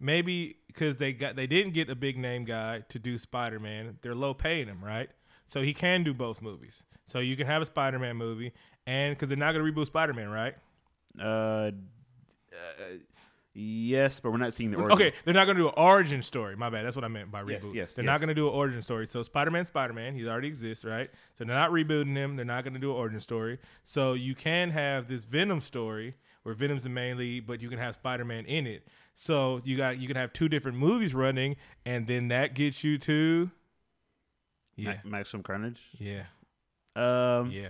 B: Maybe because they got they didn't get a big name guy to do Spider Man. They're low paying him, right? So he can do both movies. So you can have a Spider Man movie, and because they're not going to reboot Spider Man, right?
A: Uh, uh, yes, but we're not seeing the origin.
B: Okay, they're not going to do an origin story. My bad. That's what I meant by
A: Yes,
B: reboot.
A: yes,
B: they're
A: yes.
B: not going to do an origin story. So Spider Man, Spider Man, he already exists, right? So they're not rebooting him. They're not going to do an origin story. So you can have this Venom story where Venom's the main lead, but you can have Spider Man in it. So you got you can have two different movies running, and then that gets you to
A: Ma-
B: yeah,
A: Maximum Carnage.
B: yeah,
A: Um.
B: yeah.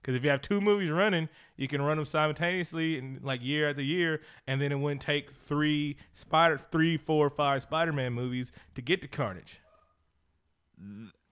B: Because if you have two movies running, you can run them simultaneously and like year after year, and then it wouldn't take three Spider, three, four, five Spider-Man movies to get to Carnage.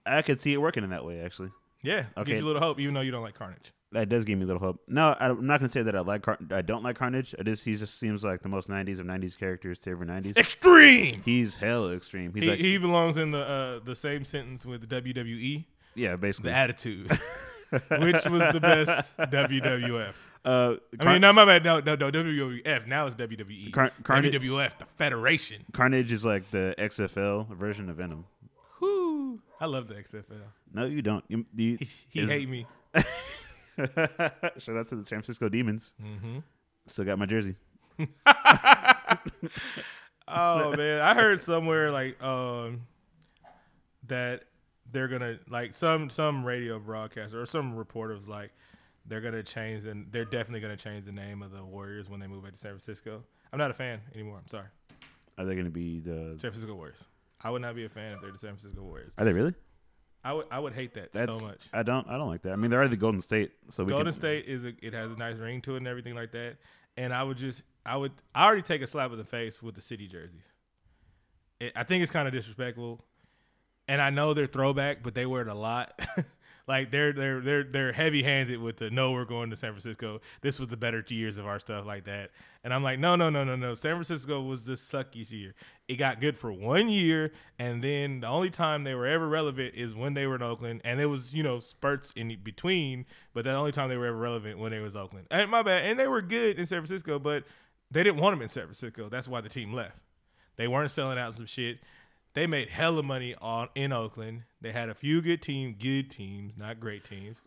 A: I could see it working in that way. Actually,
B: Yeah,
A: Okay.
B: gives you a little hope, even though you don't like Carnage.
A: that does give me a little hope. No, I- I'm not gonna say that I like. Car- I don't like Carnage. I just he just seems like the most '90s of '90s characters to ever '90s.
B: Extreme.
A: He's hella extreme. He's
B: He,
A: like,
B: he belongs in the uh, the same sentence with WWE,
A: yeah,
B: the
A: basically.
B: Attitude, which was the best WWF.
A: uh,
B: I
A: Car-
B: mean, no, my bad. No, no, no. WWF now is WWE.
A: Car- Carnage-
B: WWF, the Federation.
A: Carnage is like the XFL version of Venom.
B: Whoo! I love the XFL.
A: No, you don't. You, you,
B: He
A: is-
B: hate me.
A: Shout out to the San Francisco Demons. Mm-hmm. Still got my jersey.
B: Oh man, I heard somewhere like um that they're gonna like some some radio broadcaster or some reporter was like they're gonna change and they're definitely gonna change the name of the Warriors when they move back to San Francisco. I'm not a fan anymore. I'm sorry,
A: Are they going to be the?
B: San Francisco Warriors. I would not be a fan if they're the San Francisco Warriors.
A: Are they really?
B: I would I would hate that
A: That's
B: so much.
A: I don't. I don't like that. I mean, they're already the Golden State, so we
B: Golden
A: can,
B: State is a, it has a nice ring to it and everything like that. And I would just I would I already take a slap in the face with the city jerseys. It, I think it's kind of disrespectful, and I know they're throwback, but they wear it a lot. Like they're they're they're they're heavy handed with the no, we're going to San Francisco. This was the better two years of our stuff like that. And I'm like, no, no, no, no, no. San Francisco was the suckiest year. It got good for one year, and then the only time they were ever relevant is when they were in Oakland, and it was you know spurts in between, but the only time they were ever relevant when they was Oakland. And my bad, and they were good in San Francisco, but they didn't want them in San Francisco. That's why the team left. They weren't selling out some shit. They made hella money on in Oakland. They had a few good team, good teams, not great teams,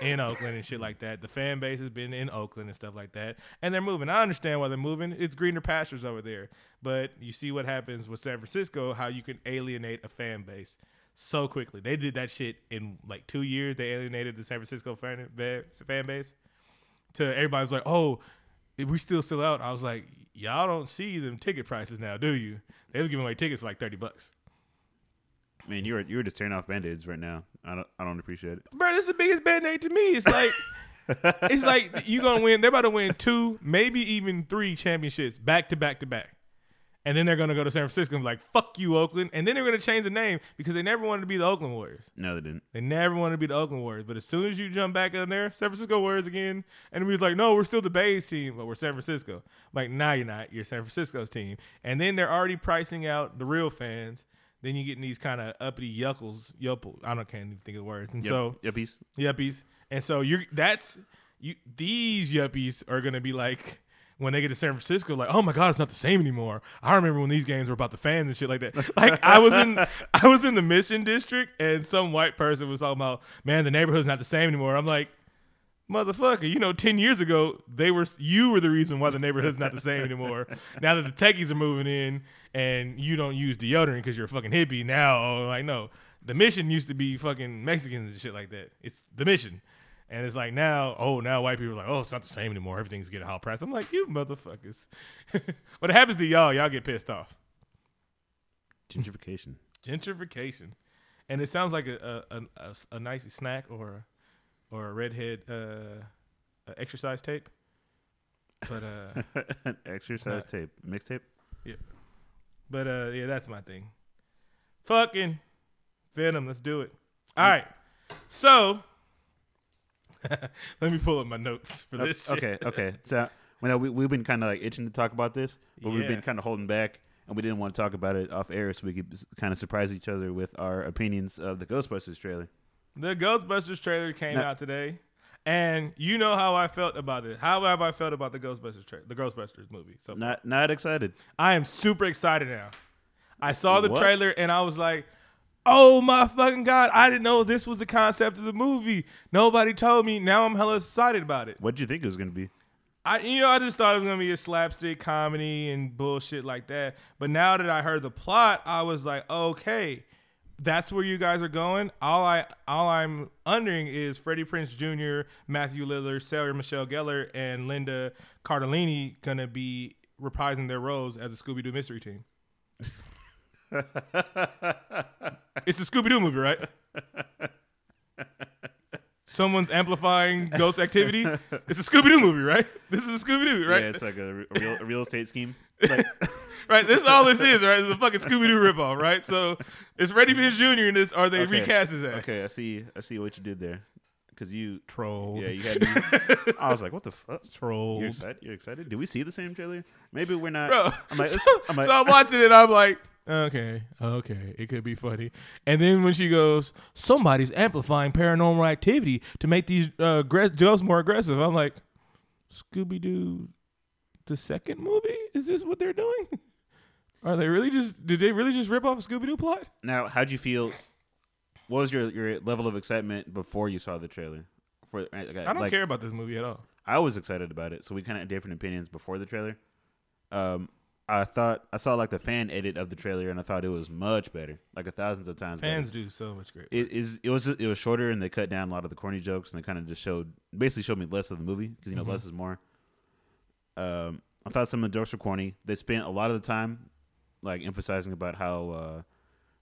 B: in Oakland and shit like that. The fan base has been in Oakland and stuff like that. And they're moving. I understand why they're moving. It's greener pastures over there. But you see what happens with San Francisco, how you can alienate a fan base so quickly. They did that shit in like two years. They alienated the San Francisco fan, fan base to everybody's like, oh, if we still sell out. I was like, y'all don't see them ticket prices now, do you? They was giving away tickets for like thirty bucks.
A: Man, you're you're just tearing off band-aids right now. I don't I don't appreciate it.
B: Bro, this is the biggest band aid to me. It's like, it's like you gonna win. They're about to win two, maybe even three championships back to back to back, and then they're gonna go to San Francisco and be like, fuck you, Oakland, and then they're gonna change the name because they never wanted to be the Oakland Warriors.
A: No, they didn't.
B: They never wanted to be the Oakland Warriors, but as soon as you jump back in there, San Francisco Warriors again, and we was like, no, we're still the Bay's team, but we're San Francisco. I'm like, nah, you're not. You're San Francisco's team. And then they're already pricing out the real fans. Then you're getting these kind of uppity yuckles, yupples. I don't can't even think of the words. And
A: Yep.
B: so
A: yeah, peace.
B: yuppies, and so you're that's you. These yuppies are gonna be like. When they get to San Francisco, like, oh my God, it's not the same anymore. I remember when these games were about the fans and shit like that. Like, I was in, I was in the Mission District, and some white person was talking about, man, the neighborhood's not the same anymore. I'm like, motherfucker, you know, ten years ago they were you were the reason why the neighborhood's not the same anymore. now that the techies are moving in and you don't use deodorant because you're a fucking hippie, now oh, like no, the mission used to be fucking Mexicans and shit like that. It's the mission. And it's like now, oh, now white people are like, oh, it's not the same anymore. Everything's getting hot priced. I'm like, you motherfuckers. what happens to y'all, y'all get pissed off.
A: Gentrification.
B: Gentrification, and it sounds like a a, a- a s- a nice snack or or a redhead uh, uh, exercise tape. But uh,
A: An Exercise tape. Mixtape.
B: but uh, yeah, that's my thing. Fucking Venom, let's do it. All right, so let me pull up my notes for this. shit.
A: Okay, okay. So when I, we we've been kind of like itching to talk about this, but we've
B: Yeah.
A: been kind of holding back, and we didn't want to talk about it off air, so we could kind of surprise each other with our opinions of the Ghostbusters trailer.
B: The Ghostbusters trailer came
A: No.
B: out today, and you know how I felt about it. How have I felt about the Ghostbusters trailer, the Ghostbusters movie? So
A: Not not excited.
B: I am super excited now. I saw the
A: What?
B: trailer and I was like, oh my fucking God, I didn't know this was the concept of the movie. Nobody told me. Now I'm hella excited about it.
A: What did you think it was going to be?
B: I you know, I just thought it was gonna be a slapstick comedy and bullshit like that. But now that I heard the plot, I was like, okay, that's where you guys are going. All I all I'm wondering is Freddie Prince Jr., Matthew Lillard, Sarah Michelle Gellar, and Linda Cardellini gonna be reprising their roles as a Scooby Doo mystery team. it's a Scooby Doo movie, right? Someone's amplifying ghost activity. It's a Scooby Doo movie, right? This is a Scooby Doo, right?
A: Yeah, it's like a, re- a real a real estate scheme. It's like,
B: right? This is all this is, right? It's a fucking Scooby Doo ripoff, right? So it's Freddie Prinze Jr. in this, or they
A: okay,
B: recast his ass.
A: Okay, I see. I see what you did there, because you.
B: Trolled.
A: Yeah, you had me. I was like, what the fuck?
B: Trolled.
A: You're excited? You're excited? Did we see the same trailer? Maybe we're not.
B: Bro.
A: I'm like,
B: so,
A: I'm like
B: so I'm watching it. I'm like, okay, okay, it could be funny. And then when she goes, somebody's amplifying paranormal activity to make these uh, aggress- ghosts more aggressive. I'm like, Scooby Doo, the second movie? Is this what they're doing? Are they really just? Did they really just rip off a Scooby Doo plot?
A: Now, how'd you feel? What was your, your level of excitement before you saw the trailer? For I
B: I don't care about this movie at all.
A: I was excited about it, so we kind of had different opinions before the trailer. Um, I thought I saw like the fan edit of the trailer, and I thought it was much better, like a thousands of times better.
B: Fans do so much great.
A: It is. It was. It was shorter, and they cut down a lot of the corny jokes, and they kind of just showed, basically showed me less of the movie because you know less is more. Um, I thought some of the jokes were corny. They spent a lot of the time, like emphasizing about how uh,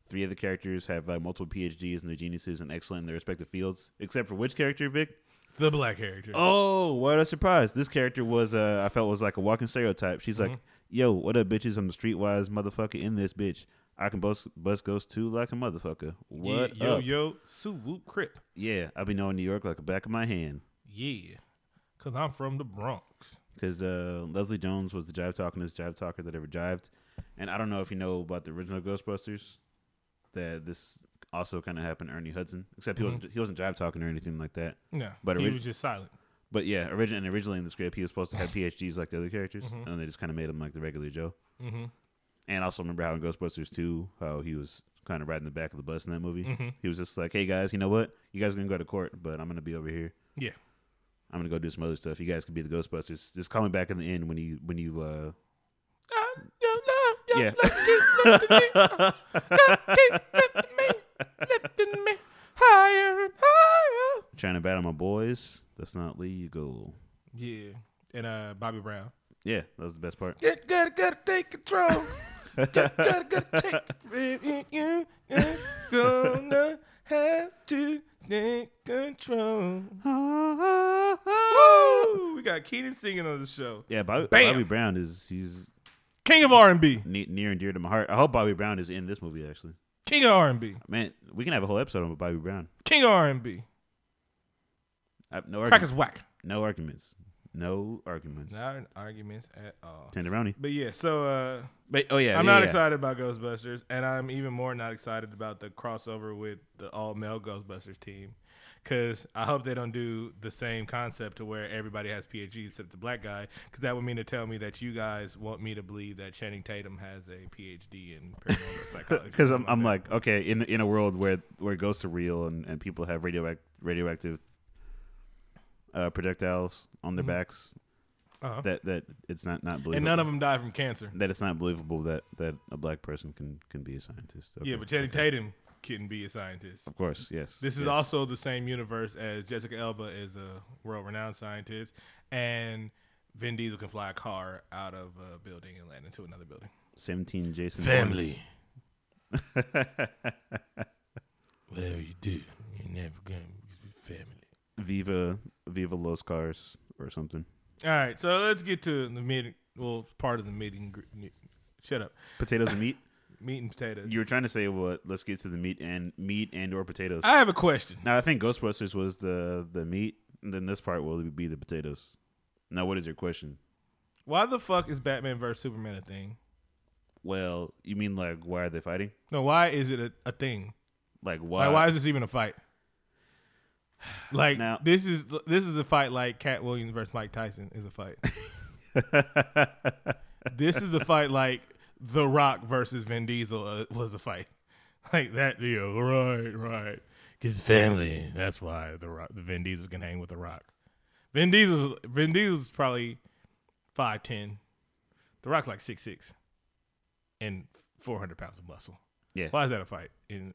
A: three of the characters have like multiple PhDs and they're geniuses and excellent in their respective fields, except for which character, Vic?
B: The black character.
A: Oh, what a surprise! This character was, uh, I felt, was like a walking stereotype. She's like, "Yo, what up, bitches? I'm the streetwise motherfucker in this bitch. I can bust bust goes too like a motherfucker. What
B: yeah, yo
A: up?
B: yo Sue Whoop Crip.
A: Yeah, I've been knowing New York like the back of my hand
B: Yeah. Cause I'm from the Bronx.
A: because uh, Leslie Jones was the jive talkingest jive talker that ever jived, and I don't know if you know about the original Ghostbusters. That this also kind of happened to Ernie Hudson, except he wasn't he wasn't jive talking or anything like that.
B: Yeah.
A: But
B: But he
A: orig-
B: was just silent.
A: But yeah, origin and originally in the script, he was supposed to have PhDs like the other characters, and they just kind of made him like the regular Joe.
B: Mm-hmm.
A: And I also remember how in Ghostbusters 2, how he was kind of riding the back of the bus in that movie. He was just like, hey guys, you know what? You guys are going to go to court, but I'm going to be over here.
B: Yeah.
A: I'm going to go do some other stuff. You guys can be the Ghostbusters. Just call me back in the end when you, when you, uh, yeah.
B: Higher and higher.
A: Trying to battle my boys. That's not legal.
B: Yeah. And uh Bobby Brown.
A: Yeah, that was the best part.
B: Get, gotta, gotta take control. Got, gotta, gotta take. You, you, you gonna have to take control. Woo! We got Keenan singing on the show.
A: Yeah, Bobby,
B: Bam.
A: Bobby Brown is, he's
B: King of R and B.
A: ne- near and dear to my heart. I hope Bobby Brown is in this movie, actually.
B: King of R and B.
A: Man, we can have a whole episode on Bobby Brown.
B: King of R and B.
A: I, no,
B: Crack
A: arguments.
B: is whack.
A: no arguments. No arguments.
B: Not an arguments at all.
A: Tenderoni.
B: But yeah, so uh,
A: But oh yeah,
B: I'm
A: yeah,
B: not
A: yeah.
B: excited about Ghostbusters, and I'm even more not excited about the crossover with the all male Ghostbusters team. Because I hope they don't do the same concept to where everybody has PhDs except the black guy, because that would mean to tell me that you guys want me to believe that Channing Tatum has a PhD in paranormal psychology.
A: Because I'm, I'm like, okay, in in a world where where ghosts are real and, and people have radioact- radioactive uh, projectiles on their backs,
B: Mm-hmm. Uh-huh.
A: that that it's not not believable.
B: and none of them die from cancer.
A: that it's not believable that that a black person can can be a scientist.
B: Yeah,
A: Okay.
B: but Channing Tatum couldn't be a scientist.
A: of course, yes.
B: This is
A: yes.
B: also the same universe as Jessica Elba is a world-renowned scientist, and Vin Diesel can fly a car out of a building and land into another building.
A: seventeen Jason Voorhees.
B: Whatever you do, you're never gonna be family.
A: Viva Viva Los Cars or something.
B: All right, so let's get to the meeting. Well, part of the meeting. gr- ne- Shut up.
A: Potatoes and meat.
B: Meat and potatoes.
A: You were trying to say what? Let's get to the meat and meat and or potatoes.
B: I have a question.
A: Now I think Ghostbusters was the the meat, and then this part will be the potatoes. Now, what is your question?
B: Why the fuck is Batman versus Superman a thing?
A: Well, you mean like why are they fighting?
B: No, why is it a, a thing?
A: Like why?
B: Like, why is this even a fight? Like
A: Now-
B: this is this is a fight like Cat Williams versus Mike Tyson is a fight. this is the fight like The Rock versus Vin Diesel uh, was a fight. Like that deal, right, right. His family. That's why the Rock, the Vin Diesel can hang with the Rock. Vin Diesel, Vin Diesel's probably five ten. The Rock's like six six, and four hundred pounds of muscle.
A: Yeah.
B: Why is that a fight? And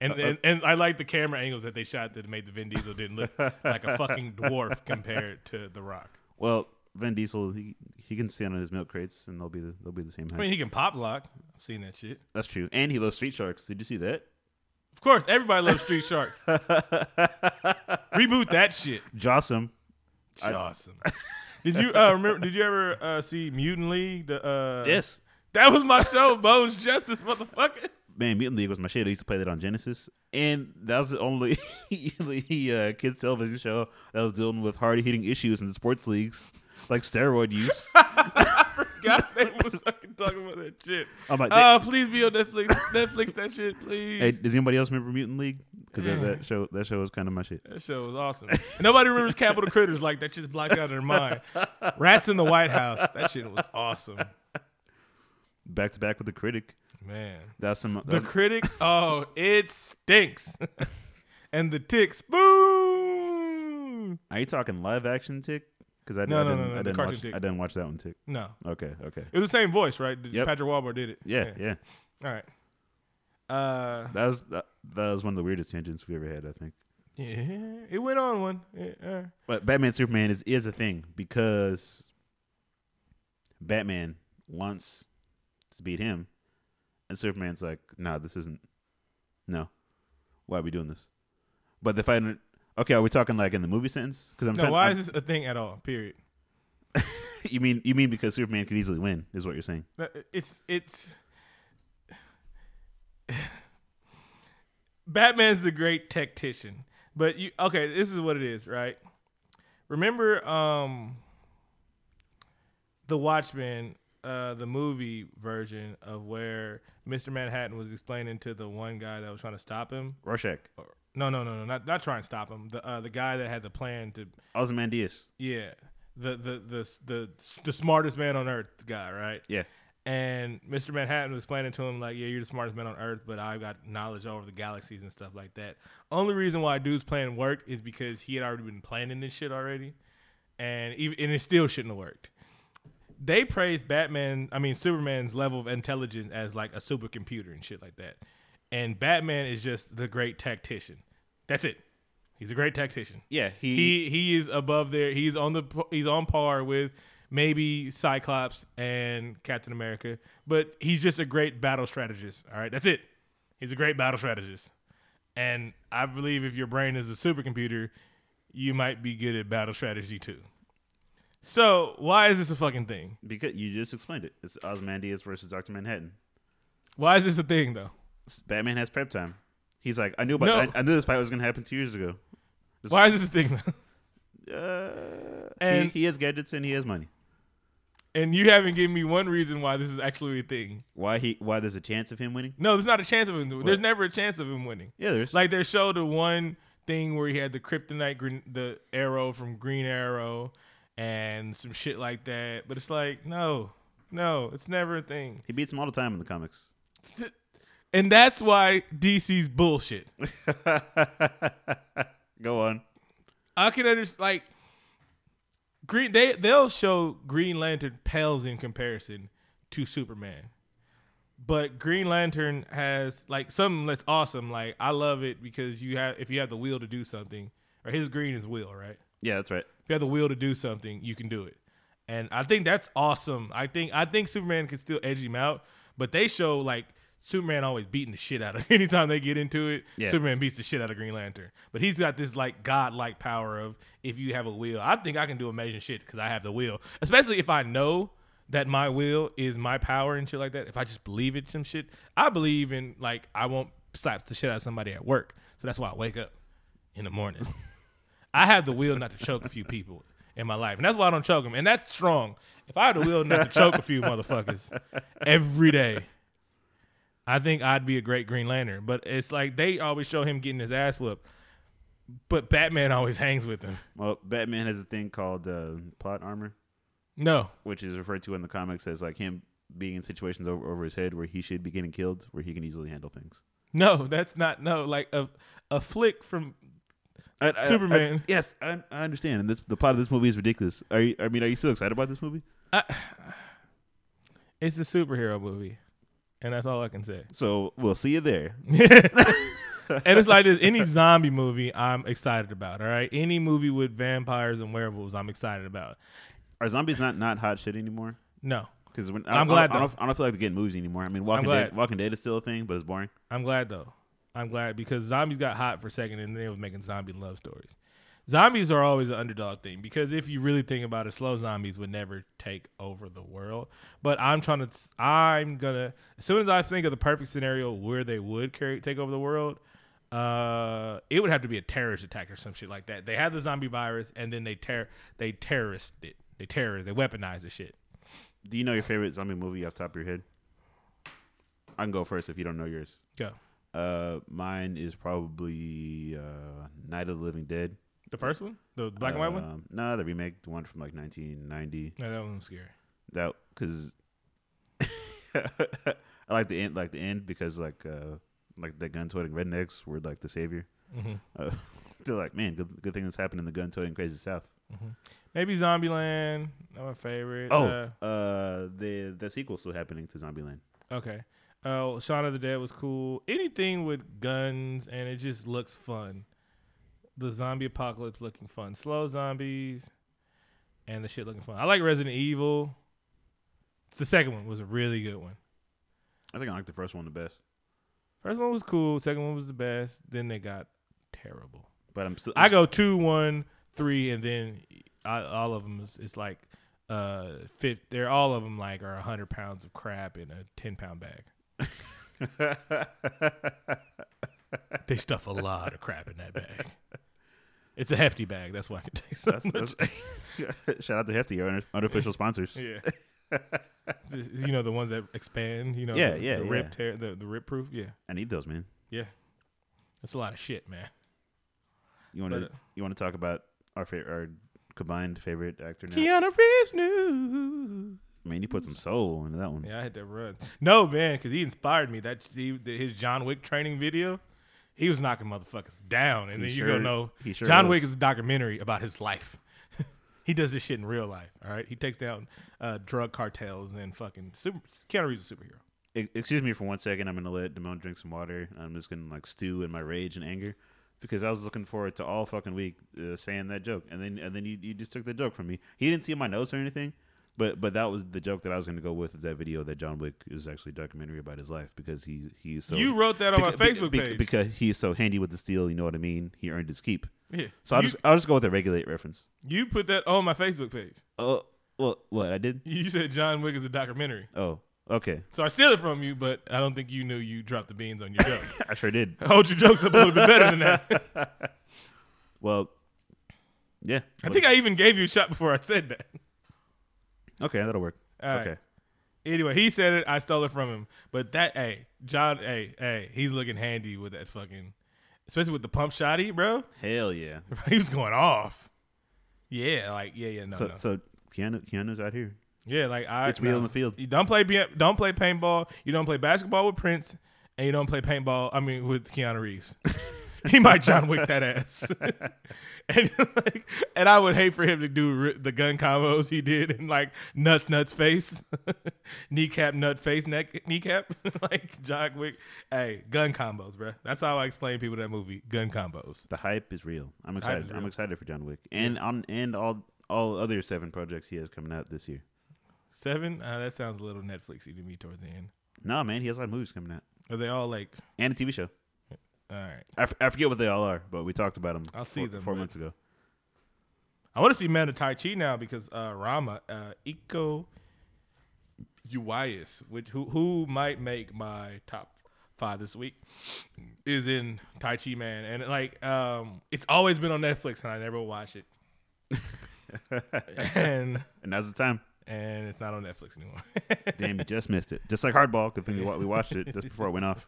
B: and, and and I like the camera angles that they shot that made the Vin Diesel didn't look like a fucking dwarf compared to The Rock.
A: Well, Vin Diesel he, he can stand on his milk crates and they'll be the, they'll be the same height.
B: I mean, he can pop lock. I've seen that shit.
A: That's true. And he loves street sharks. Did you see that?
B: Of course, everybody loves Street Sharks. Reboot that shit.
A: Jossum.
B: Awesome. Did you uh, remember? Did you ever uh, see Mutant League? The uh,
A: Yes.
B: that was my show, Bones Justice, motherfucker.
A: Man, Mutant League was my shit. I used to play that on Genesis, and that was the only uh, kids television show that was dealing with hard hitting issues in the sports leagues, like steroid use.
B: God, they was fucking talking about that shit.
A: I'm like,
B: Oh, please be on Netflix. Netflix that shit, please.
A: Hey, does anybody else remember Mutant League? Because that,
B: Mm.
A: that show, that show was kind of my shit.
B: That show was awesome. And nobody remembers Capital Critters like that. Just blocked out of their mind. Rats in the White House. That shit was awesome,
A: Back to back with the critic.
B: man.
A: That's some. um,
B: The
A: That,
B: critic, oh, it stinks. and the tick spoon.
A: are you talking live action tick? Because I,
B: No,
A: I
B: no,
A: didn't,
B: no, no,
A: I
B: the
A: didn't
B: cartoon
A: watch.
B: Tick.
A: I didn't watch that one tick.
B: No,
A: Okay, okay.
B: it was the same voice, right? Did-
A: Yep.
B: Patrick Wahlberg did it.
A: Yeah, yeah.
B: All right. Uh,
A: That was that, that was one of the weirdest tangents we ever had. I think.
B: yeah, it went on one. Yeah, uh,
A: But Batman Superman is is a thing because Batman wants to beat him, and Superman's like, "Nah, this isn't. No, why are we doing this?" But they fight. in- Okay, are we talking like in the movie sense? Because I'm
B: No,
A: trying.
B: why
A: I'm-
B: is this a thing at all? Period.
A: You mean you mean because Superman could easily win is what you're saying?
B: That- It's it's Batman's the great tactician. But you okay, this is what it is, right? Remember um The Watchmen, uh the movie version of where Mr. Manhattan was explaining to the one guy that was trying to stop him.
A: Rorschach.
B: No, no, no, no, not not trying to stop him. The uh, the guy that had the plan to
A: Ozymandias.
B: yeah, the the the the, the smartest man on earth guy, right?
A: Yeah.
B: And Mr. Manhattan was explaining to him, like, yeah, you're the smartest man on earth, but I've got knowledge over the galaxies and stuff like that. Only reason why dude's plan worked is because he had already been planning this shit already. And even and it still shouldn't have worked. They praised Batman, I mean Superman's level of intelligence as like a supercomputer and shit like that. And Batman is just the great tactician. That's it. He's a great tactician
A: Yeah. He,
B: he he is above there. He's on the he's on par with maybe Cyclops and Captain America, but he's just a great battle strategist. All right, that's it. He's a great battle strategist, and I believe if your brain is a supercomputer, you might be good at battle strategy too. So why is this a fucking thing?
A: because you just explained it. It's Ozymandias versus Doctor Manhattan.
B: Why is this a thing though?
A: Batman has prep time. He's like, I knew about.
B: No.
A: I, I knew this fight was gonna happen two years ago.
B: Why is this a thing though?
A: Uh,
B: And-
A: he, he has gadgets and he has money.
B: And you haven't given me one reason why this is actually a thing.
A: Why he? Why there's a chance of him winning?
B: No, there's not a chance of him. There's never a chance of him winning.
A: Yeah, there's.
B: Like they showed the one thing where he had the kryptonite, green, the arrow from Green Arrow, and some shit like that. But it's like, no, no, it's never a thing.
A: he beats him all the time in the comics.
B: And that's why DC's bullshit.
A: Go on.
B: I can understand, like, Green. They they'll show Green Lantern pales in comparison to Superman, but Green Lantern has like something that's awesome. Like I love it because you have if you have the will to do something, or his green is will, right?
A: Yeah, that's right.
B: if you have the will to do something, you can do it. And I think that's awesome. I think I think Superman can still edge him out, but they show like Superman always beating the shit out of anytime they get into it.
A: Yeah.
B: Superman beats the shit out of Green Lantern, but he's got this like godlike power of if you have a will, I think I can do amazing shit because I have the will. Especially if I know that my will is my power and shit like that. If I just believe it, some shit. I believe in like I won't slap the shit out of somebody at work, so that's why I wake up in the morning. I have the will not to choke a few people in my life, and that's why I don't choke them. And that's strong. If I had the will not to choke a few motherfuckers every day, I think I'd be a great Green Lantern. But it's like they always show him getting his ass whooped, but Batman always hangs with him.
A: Well, Batman has a thing called uh, plot armor,
B: No,
A: which is referred to in the comics as like him being in situations over, over his head where he should be getting killed, where he can easily handle things.
B: no, that's not no. Like a a flick from
A: I- I-
B: Superman.
A: I- yes, I, I understand. And this the plot of this movie is ridiculous. Are you? I mean, are you still excited about this movie?
B: it's a superhero movie, and that's all I can say.
A: So we'll see you there.
B: and it's like this any zombie movie I'm excited about. All right, any movie with vampires and werewolves I'm excited about.
A: Are zombies not not hot shit anymore?
B: No,
A: Because I'm
B: I'm
A: glad
B: glad,
A: I don't, I, don't, I don't feel like they're getting movies anymore. I mean, Walking
B: glad.
A: Dead, Walking Dead is still a thing, but it's boring.
B: I'm glad though. I'm glad because zombies got hot for a second and they was making zombie love stories. Zombies are always an underdog thing because if you really think about it, slow zombies would never take over the world. But I'm trying to, I'm gonna, as soon as I think of the perfect scenario where they would carry, take over the world, uh, it would have to be a terrorist attack or some shit like that. They had the zombie virus and then they ter, they terrorist it, they terror, they weaponized the shit.
A: Do you know your favorite zombie movie off the top of your head? I can go first if you don't know yours.
B: Go
A: Uh, mine is probably uh, Night of the Living Dead.
B: the first one, the black and white one.
A: Um, No, the remake, the one from like 1990.
B: No, that one was scary.
A: That because I like the end, like the end because like uh, like the gun-toting rednecks were like the savior.
B: hmm
A: Uh, they're like, man, good, good thing this happened in the gun-toting crazy South.
B: Mm-hmm. Maybe Zombieland. Not my favorite.
A: Oh, uh, the the sequel's still happening to Zombieland.
B: Uh, okay. Oh, Shaun of the Dead was cool. Anything with guns and it just looks fun. The zombie apocalypse looking fun. Slow zombies and the shit looking fun. I like Resident Evil. The second one was a really good one.
A: I think I like the first one the best,
B: First one was cool. Second one was the best. Then they got terrible.
A: but I'm still.
B: I go two, one, three, and then I, all of them is, is like uh, fifth. They're all of them like are hundred pounds of crap in a ten pound bag. They stuff a lot of crap in that bag. It's a hefty bag. That's why I can take so
A: That's,
B: much.
A: that's, shout out to Hefty, our un- unofficial sponsors.
B: Yeah. This is, you know the ones that expand. You know.
A: Yeah,
B: the,
A: yeah,
B: The
A: yeah.
B: rip tear. The, the rip proof. Yeah.
A: I need those, man.
B: Yeah. That's a lot of shit, man.
A: You want to
B: But, uh,
A: you want to talk about our favorite, our combined favorite actor? Now?
B: Keanu Reeves news.
A: I mean, you put some soul into that one.
B: Yeah, I had to run. No, man, because he inspired me. That he, his John Wick training video, he was knocking motherfuckers down, and
A: He
B: then
A: sure-
B: you gonna know
A: he sure
B: John
A: was.
B: Wick is a documentary about his life. he does this shit in real life. All right, he takes down uh, drug cartels and fucking super. Keanu Reeves is a superhero.
A: E- Excuse me for one second. I'm gonna let Damone drink some water. I'm just gonna like stew in my rage and anger because I was looking forward to all fucking week uh, saying that joke, and then and then you, you just took the joke from me. He didn't see my notes or anything, but but that was the joke that I was gonna go with is that video that John Wick is actually a documentary about his life because he he's so
B: you wrote that on
A: beca-
B: my
A: be-
B: Facebook
A: be-
B: page.
A: because he's so handy with the steel. You know what I mean? He earned his keep.
B: yeah.
A: So I'll
B: you,
A: just I'll just go with the regulate reference.
B: you put that on my Facebook page.
A: Oh well, what I did?
B: You said John Wick is a documentary,
A: Oh okay,
B: so I steal it from you, but I don't think you knew you dropped the beans on your joke.
A: I sure did.
B: Hold your jokes up a little bit better than that.
A: Well, yeah.
B: I think I even gave you a shot before I said that.
A: okay, that'll work.
B: All right.
A: okay.
B: Anyway, he said it. I stole it from him. But that, hey, John, hey, hey, he's looking handy with that fucking, especially with the pump shotty, bro.
A: Hell yeah.
B: he was going off. Yeah, like yeah, yeah, no,
A: so
B: no,
A: so Keanu Keanu's out here.
B: yeah, like I.
A: it's real
B: no.
A: in the field.
B: You don't play, be- don't play paintball. You don't play basketball with Prince, and you don't play paintball. I mean, with Keanu Reeves. he might John Wick that ass. and like, and I would hate for him to do ri the gun combos he did and like nuts nuts face, kneecap nut face neck kneecap like John Wick. Hey, gun combos, bro. That's how I explain people that movie. Gun combos.
A: The hype is real. I'm
B: hype is
A: excited. I'm
B: real.
A: excited for John Wick and on and all all other seven projects he has coming out this year.
B: Seven. Uh, that sounds a little Netflixy to me towards the end.
A: Nah, man, he has a lot of movies coming out
B: Are they all like?
A: and a TV show.
B: All right.
A: I, f- I forget what they all are, but we talked about them.
B: I'll see
A: four,
B: them,
A: four
B: but-
A: months ago.
B: I want to see Man of Tai Chi now because uh, Rama uh, Iko Uwais, which who who might make my top five this week, is in Tai Chi Man, and like um, it's always been on Netflix, and I never watch it, and
A: And now's the time.
B: and it's not on Netflix anymore.
A: Damn, you just missed it. Just like Hardball. Good thing we, wa- we watched it just before it went off.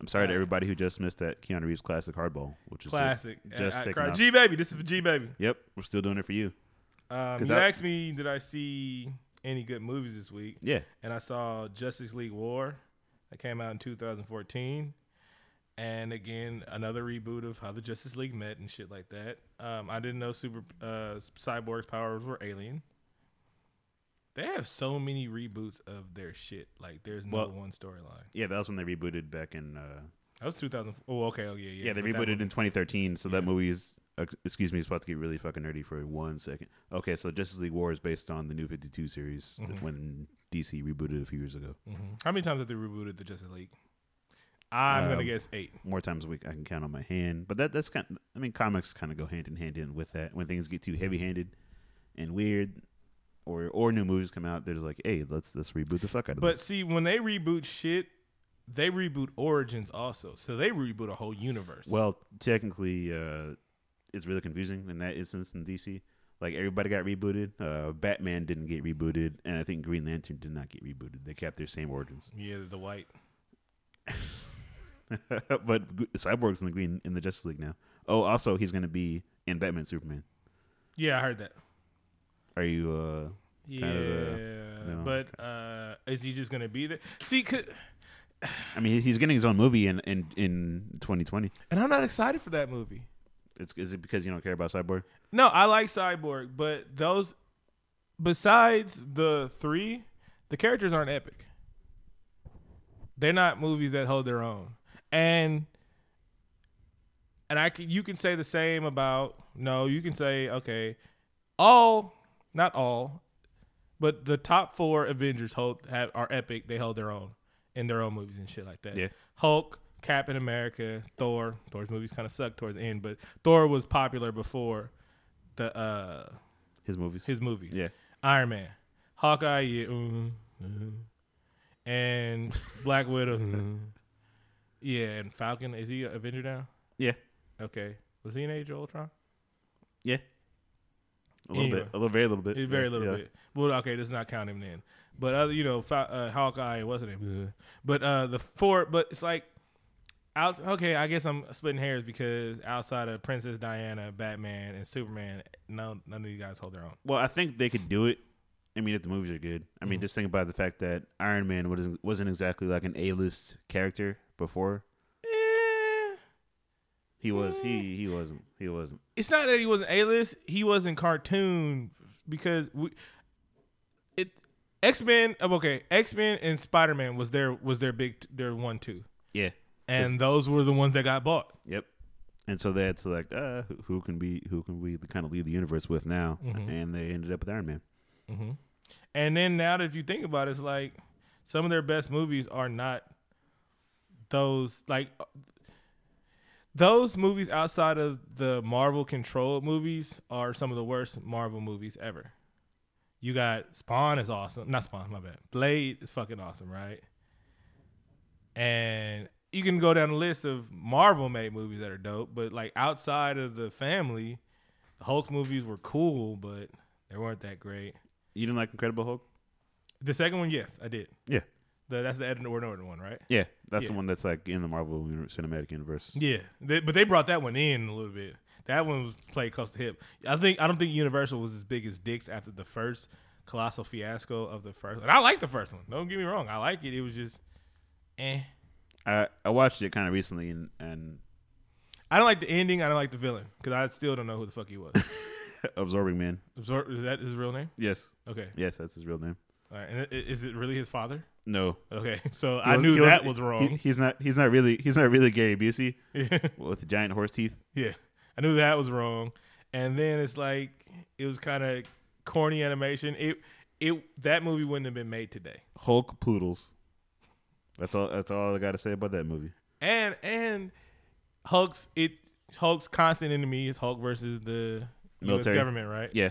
A: I'm sorry to everybody who just missed that Keanu Reeves classic Hardball, which is
B: Classic.
A: Just, just
B: and I
A: taking
B: cried,
A: off.
B: G baby, this is for G baby.
A: Yep, we're still doing it for you.
B: Um,
A: 'Cause
B: you
A: that-
B: asked me did I see any good movies this week?
A: Yeah,
B: and I saw Justice League War that came out in 2014. And again, another reboot of how the Justice League met and shit like that. Um, I didn't know Super uh, Cyborg's powers were alien. They have so many reboots of their shit. Like, there's no
A: Well-
B: one storyline.
A: yeah, that was when they rebooted back in. Uh,
B: That was 2004. Oh, okay. Oh, yeah, yeah.
A: yeah, they
B: but that
A: rebooted in
B: one-
A: 2013, so that movie is. ex- Excuse me, it's about to get really fucking nerdy for one second. Okay, so Justice League War is based on the New 52 series
B: Mm-hmm.
A: that when DC rebooted a few years ago.
B: Mhm. How many times have they rebooted the Justice League? I'm gonna
A: Um,
B: guess eight.
A: More times a week, I can count on my hand. But that that's kind. I mean, comics kind of go hand in hand in with that. When things get too heavy handed and weird, or or new movies come out, they're just like, hey, let's let's reboot the fuck out of
B: But
A: this.
B: see, when they reboot shit, they reboot origins also. So they reboot a whole universe.
A: Well, technically, uh, it's really confusing in that instance in DC. Like everybody got rebooted. Uh, Batman didn't get rebooted, and I think Green Lantern did not get rebooted. They kept their same origins.
B: Yeah, the white.
A: but G- Cyborg's in the Green in the Justice League now. Oh, also he's going to be in Batman Superman.
B: Yeah, I heard that.
A: Are you? Uh,
B: Yeah,
A: uh, no,
B: but uh, is he just gonna be there? See, 'cause-
A: I mean, he- he's getting his own movie in in in 2020.
B: and I'm not excited for that movie.
A: It's is it because you don't care about Cyborg?
B: No, I like Cyborg, but those, besides the three, the characters aren't epic. They're not movies that hold their own, and and I c- you can say the same about no, you can say okay, all not all, but the top four Avengers hold have, are epic. They hold their own in their own movies and shit like that.
A: Yeah.
B: Hulk, Captain America, Thor. Thor's movies kind of suck towards the end, but Thor was popular before the uh
A: His movies.
B: his movies.
A: yeah.
B: Iron Man, Hawkeye. Yeah, mhm, mhm. uh-huh, and Black Widow. uh-huh. yeah, and Falcon. Is he an Avenger now?
A: Yeah.
B: Okay. Was he in Age of Ultron?
A: A little
B: Anyway.
A: bit, a little, very little bit,
B: It's very
A: Yeah,
B: little
A: yeah.
B: bit. Well, okay, let's not count him then. But other, you know, Fa- uh, Hawkeye wasn't it? But uh, the four. But it's like, out. Okay, I guess I'm splitting hairs because outside of Princess Diana, Batman, and Superman, no, none of these guys hold their own.
A: Well, I think they could do it. I mean, if the movies are good. I mean, just think about the fact that Iron Man wasn't wasn't exactly like an A list character before.
B: Eh,
A: He was. He he wasn't. He wasn't.
B: it's not that he wasn't A list. He wasn't cartoon because we, it X Men. Okay, X Men and Spider Man was their was their big their one two,
A: Yeah.
B: and those were the ones that got bought.
A: Yep. And so they had to like, uh, who- who can be who can we kind of lead the universe with now? And they ended up with Iron Man.
B: And then now that if you think about it, it's like some of their best movies are not those like those movies outside of the Marvel controlled movies are some of the worst Marvel movies ever. You got Spawn is awesome. Not Spawn, my bad. Blade is fucking awesome, right? And you can go down the list of Marvel made movies that are dope, but like outside of the family, the Hulk movies were cool, but they weren't that great.
A: You didn't like Incredible Hulk?
B: The second one, yes, I did.
A: Yeah.
B: The, that's the Edward Norton one, right?
A: Yeah. That's the
B: Yeah.
A: one that's like in the Marvel uni- Cinematic Universe.
B: Yeah, they, but they brought that one in a little bit. That one was played close to hip. I think I don't think Universal was as big as dicks after the first colossal fiasco of the first. And I like the first one. Don't get me wrong, I like it. It was just, eh.
A: I I watched it kind of recently and and
B: I don't like the ending. I don't like the villain because I still don't know who the fuck he was.
A: Absorbing Man.
B: Absor- is that his real name?
A: Yes.
B: Okay,
A: Yes, that's his real name.
B: all right. And i- is it really his father?
A: No,
B: Okay, so
A: He
B: I
A: was-
B: knew
A: he
B: that was wrong.
A: he- he's not. He's not really. He's not really Gary Busey with the giant horse teeth.
B: Yeah, I knew that was wrong. And then it's like it was kind of corny animation. It it that movie wouldn't have been made today.
A: Hulk poodles. That's all. That's all I got to say about that movie.
B: And and Hulk's it Hulk's constant enemy is Hulk versus the
A: Military.
B: US government, right?
A: Yeah,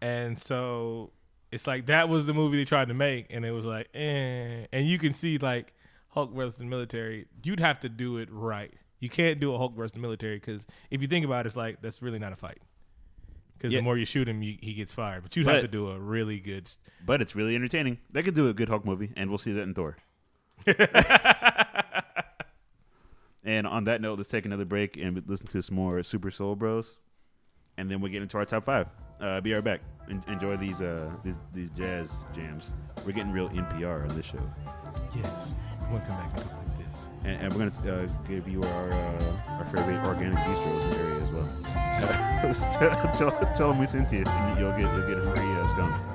B: And so it's like that was the movie they tried to make, and it was like, eh. and you can see like Hulk versus the military. You'd have to do it right. You can't do a Hulk versus the military because if you think about it, it's like that's really not a fight. Because
A: Yeah.
B: the more you shoot him, you, he gets fired. But you'd
A: But-
B: have to do a really good.
A: but it's really entertaining. They could do a good Hulk movie, and we'll see that in Thor. and on that note, let's take another break and listen to some more Super Soul Bros, and then we'll get into our top five. Uh, be right back. En- enjoy these uh these these jazz jams. We're getting real NPR on this show.
B: Yes, I'm gonna come back and talk like this.
A: and, and we're gonna uh, give you our uh, our favorite organic bistros in the area as well. Uh, tell, tell, tell them we sent you, and you'll get you'll get a free uh, scone.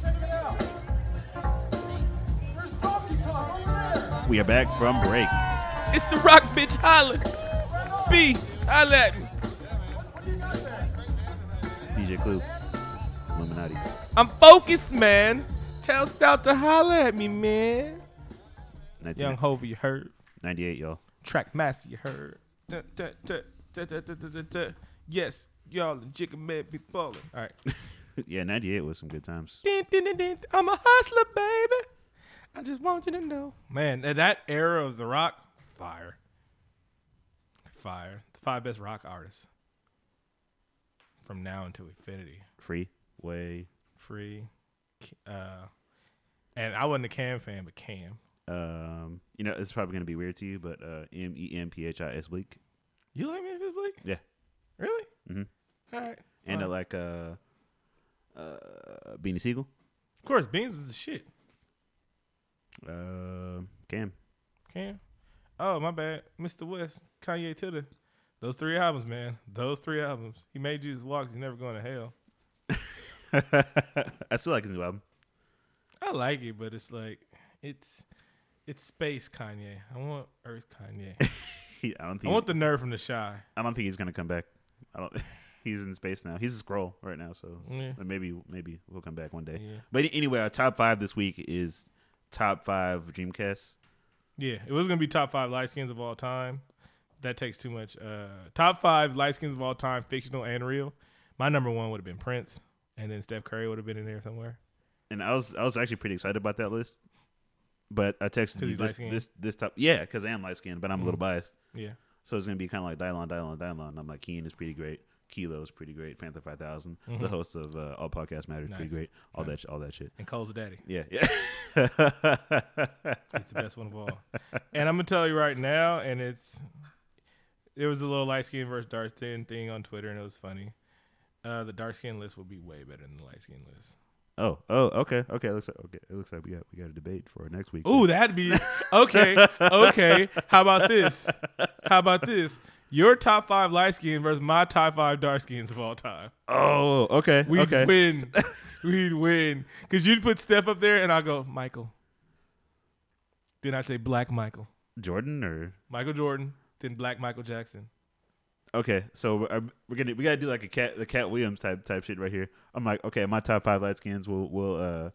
C: Check it out. There's Donkey Kong over there.
A: We are back from break.
B: It's the Rock Bitch Holler.
C: Right on.
B: B, holla at me.
C: What do you got there?
A: DJ Clue, Illuminati.
B: I'm focused, man. Tell Stout to holler at me, man. Young
A: 1998,
B: Hover, you heard.
A: y'all.
B: Track master, you heard. Duh, duh, duh, duh, duh, duh, duh, duh, duh. Yes, y'all and Jigga Man be ballin'. All right.
A: yeah, 98 was some good times.
B: Dun, dun, dun, dun. I'm a hustler, baby. I just want you to know. Man, that- that era of The Rock, fire. Fire. The five best rock artists from now until infinity.
A: Free way,
B: Free. Uh, and I wasn't a Cam fan, but Cam.
A: um, you know it's probably gonna be weird to you, but uh, M E M P H I S bleak.
B: You like Memphis Bleak?
A: Yeah,
B: Really?
A: Mhm.
B: All right.
A: and
B: Wow.
A: uh, like uh, uh, Beanie Siegel,
B: Of course, Beans is the shit.
A: uh, Cam.
B: Cam. Oh, my bad. Mr. West, Kanye Titter. Those three albums, man. Those three albums. He made Jesus walk. 'cause He's never going to hell.
A: I still like his new album.
B: I like it, but it's like it's it's space Kanye. I want Earth Kanye.
A: He, I don't
B: I
A: think.
B: want the nerve from the shy.
A: I don't think he's gonna come back. I don't. he's in space now. He's a scroll right now, so
B: Yeah.
A: but maybe maybe we'll come back one day.
B: Yeah.
A: But anyway, our top five this week is top five Dreamcast.
B: Yeah, it was gonna be top five light skins of all time. That takes too much. Uh, top five light skins of all time, fictional and real. My number one would have been Prince, and then Steph Curry would have been in there somewhere.
A: and I was I was actually pretty excited about that list. But I texted you
B: he's
A: this,
B: light-skinned? Mm-hmm.
A: this this top yeah because I am light skinned but I'm a little biased
B: Yeah,
A: so it's gonna be kind of like Dylon Dylon Dylon I'm like Keen is pretty great Kilo is pretty great Panther Five the host of uh, All Podcast Matters is
B: Mm-hmm. Nice.
A: pretty great all that sh- all that shit
B: and Cole's the daddy.
A: yeah yeah
B: He's the best one of all. And I'm gonna tell you right now, and it's there was a little light skin versus dark skin thing on Twitter, and it was funny. Uh, the dark skin list would be way better than the light skin list.
A: oh oh okay okay it looks like okay it looks like we got we got a debate for next week
B: Ooh, that'd be okay. Okay. How about this? How about this? Your top five light skin versus my top five dark skins of all time.
A: oh okay
B: We'd
A: okay
B: win. We'd win. Because you'd put Steph up there and I'll go, Michael. Then I'd say Black Michael.
A: Jordan or
B: Michael Jordan, then Black Michael Jackson.
A: Okay, so we're, we're gonna we gotta do like a cat the Cat Williams type type shit right here. I'm like, okay, my top five light skins will will uh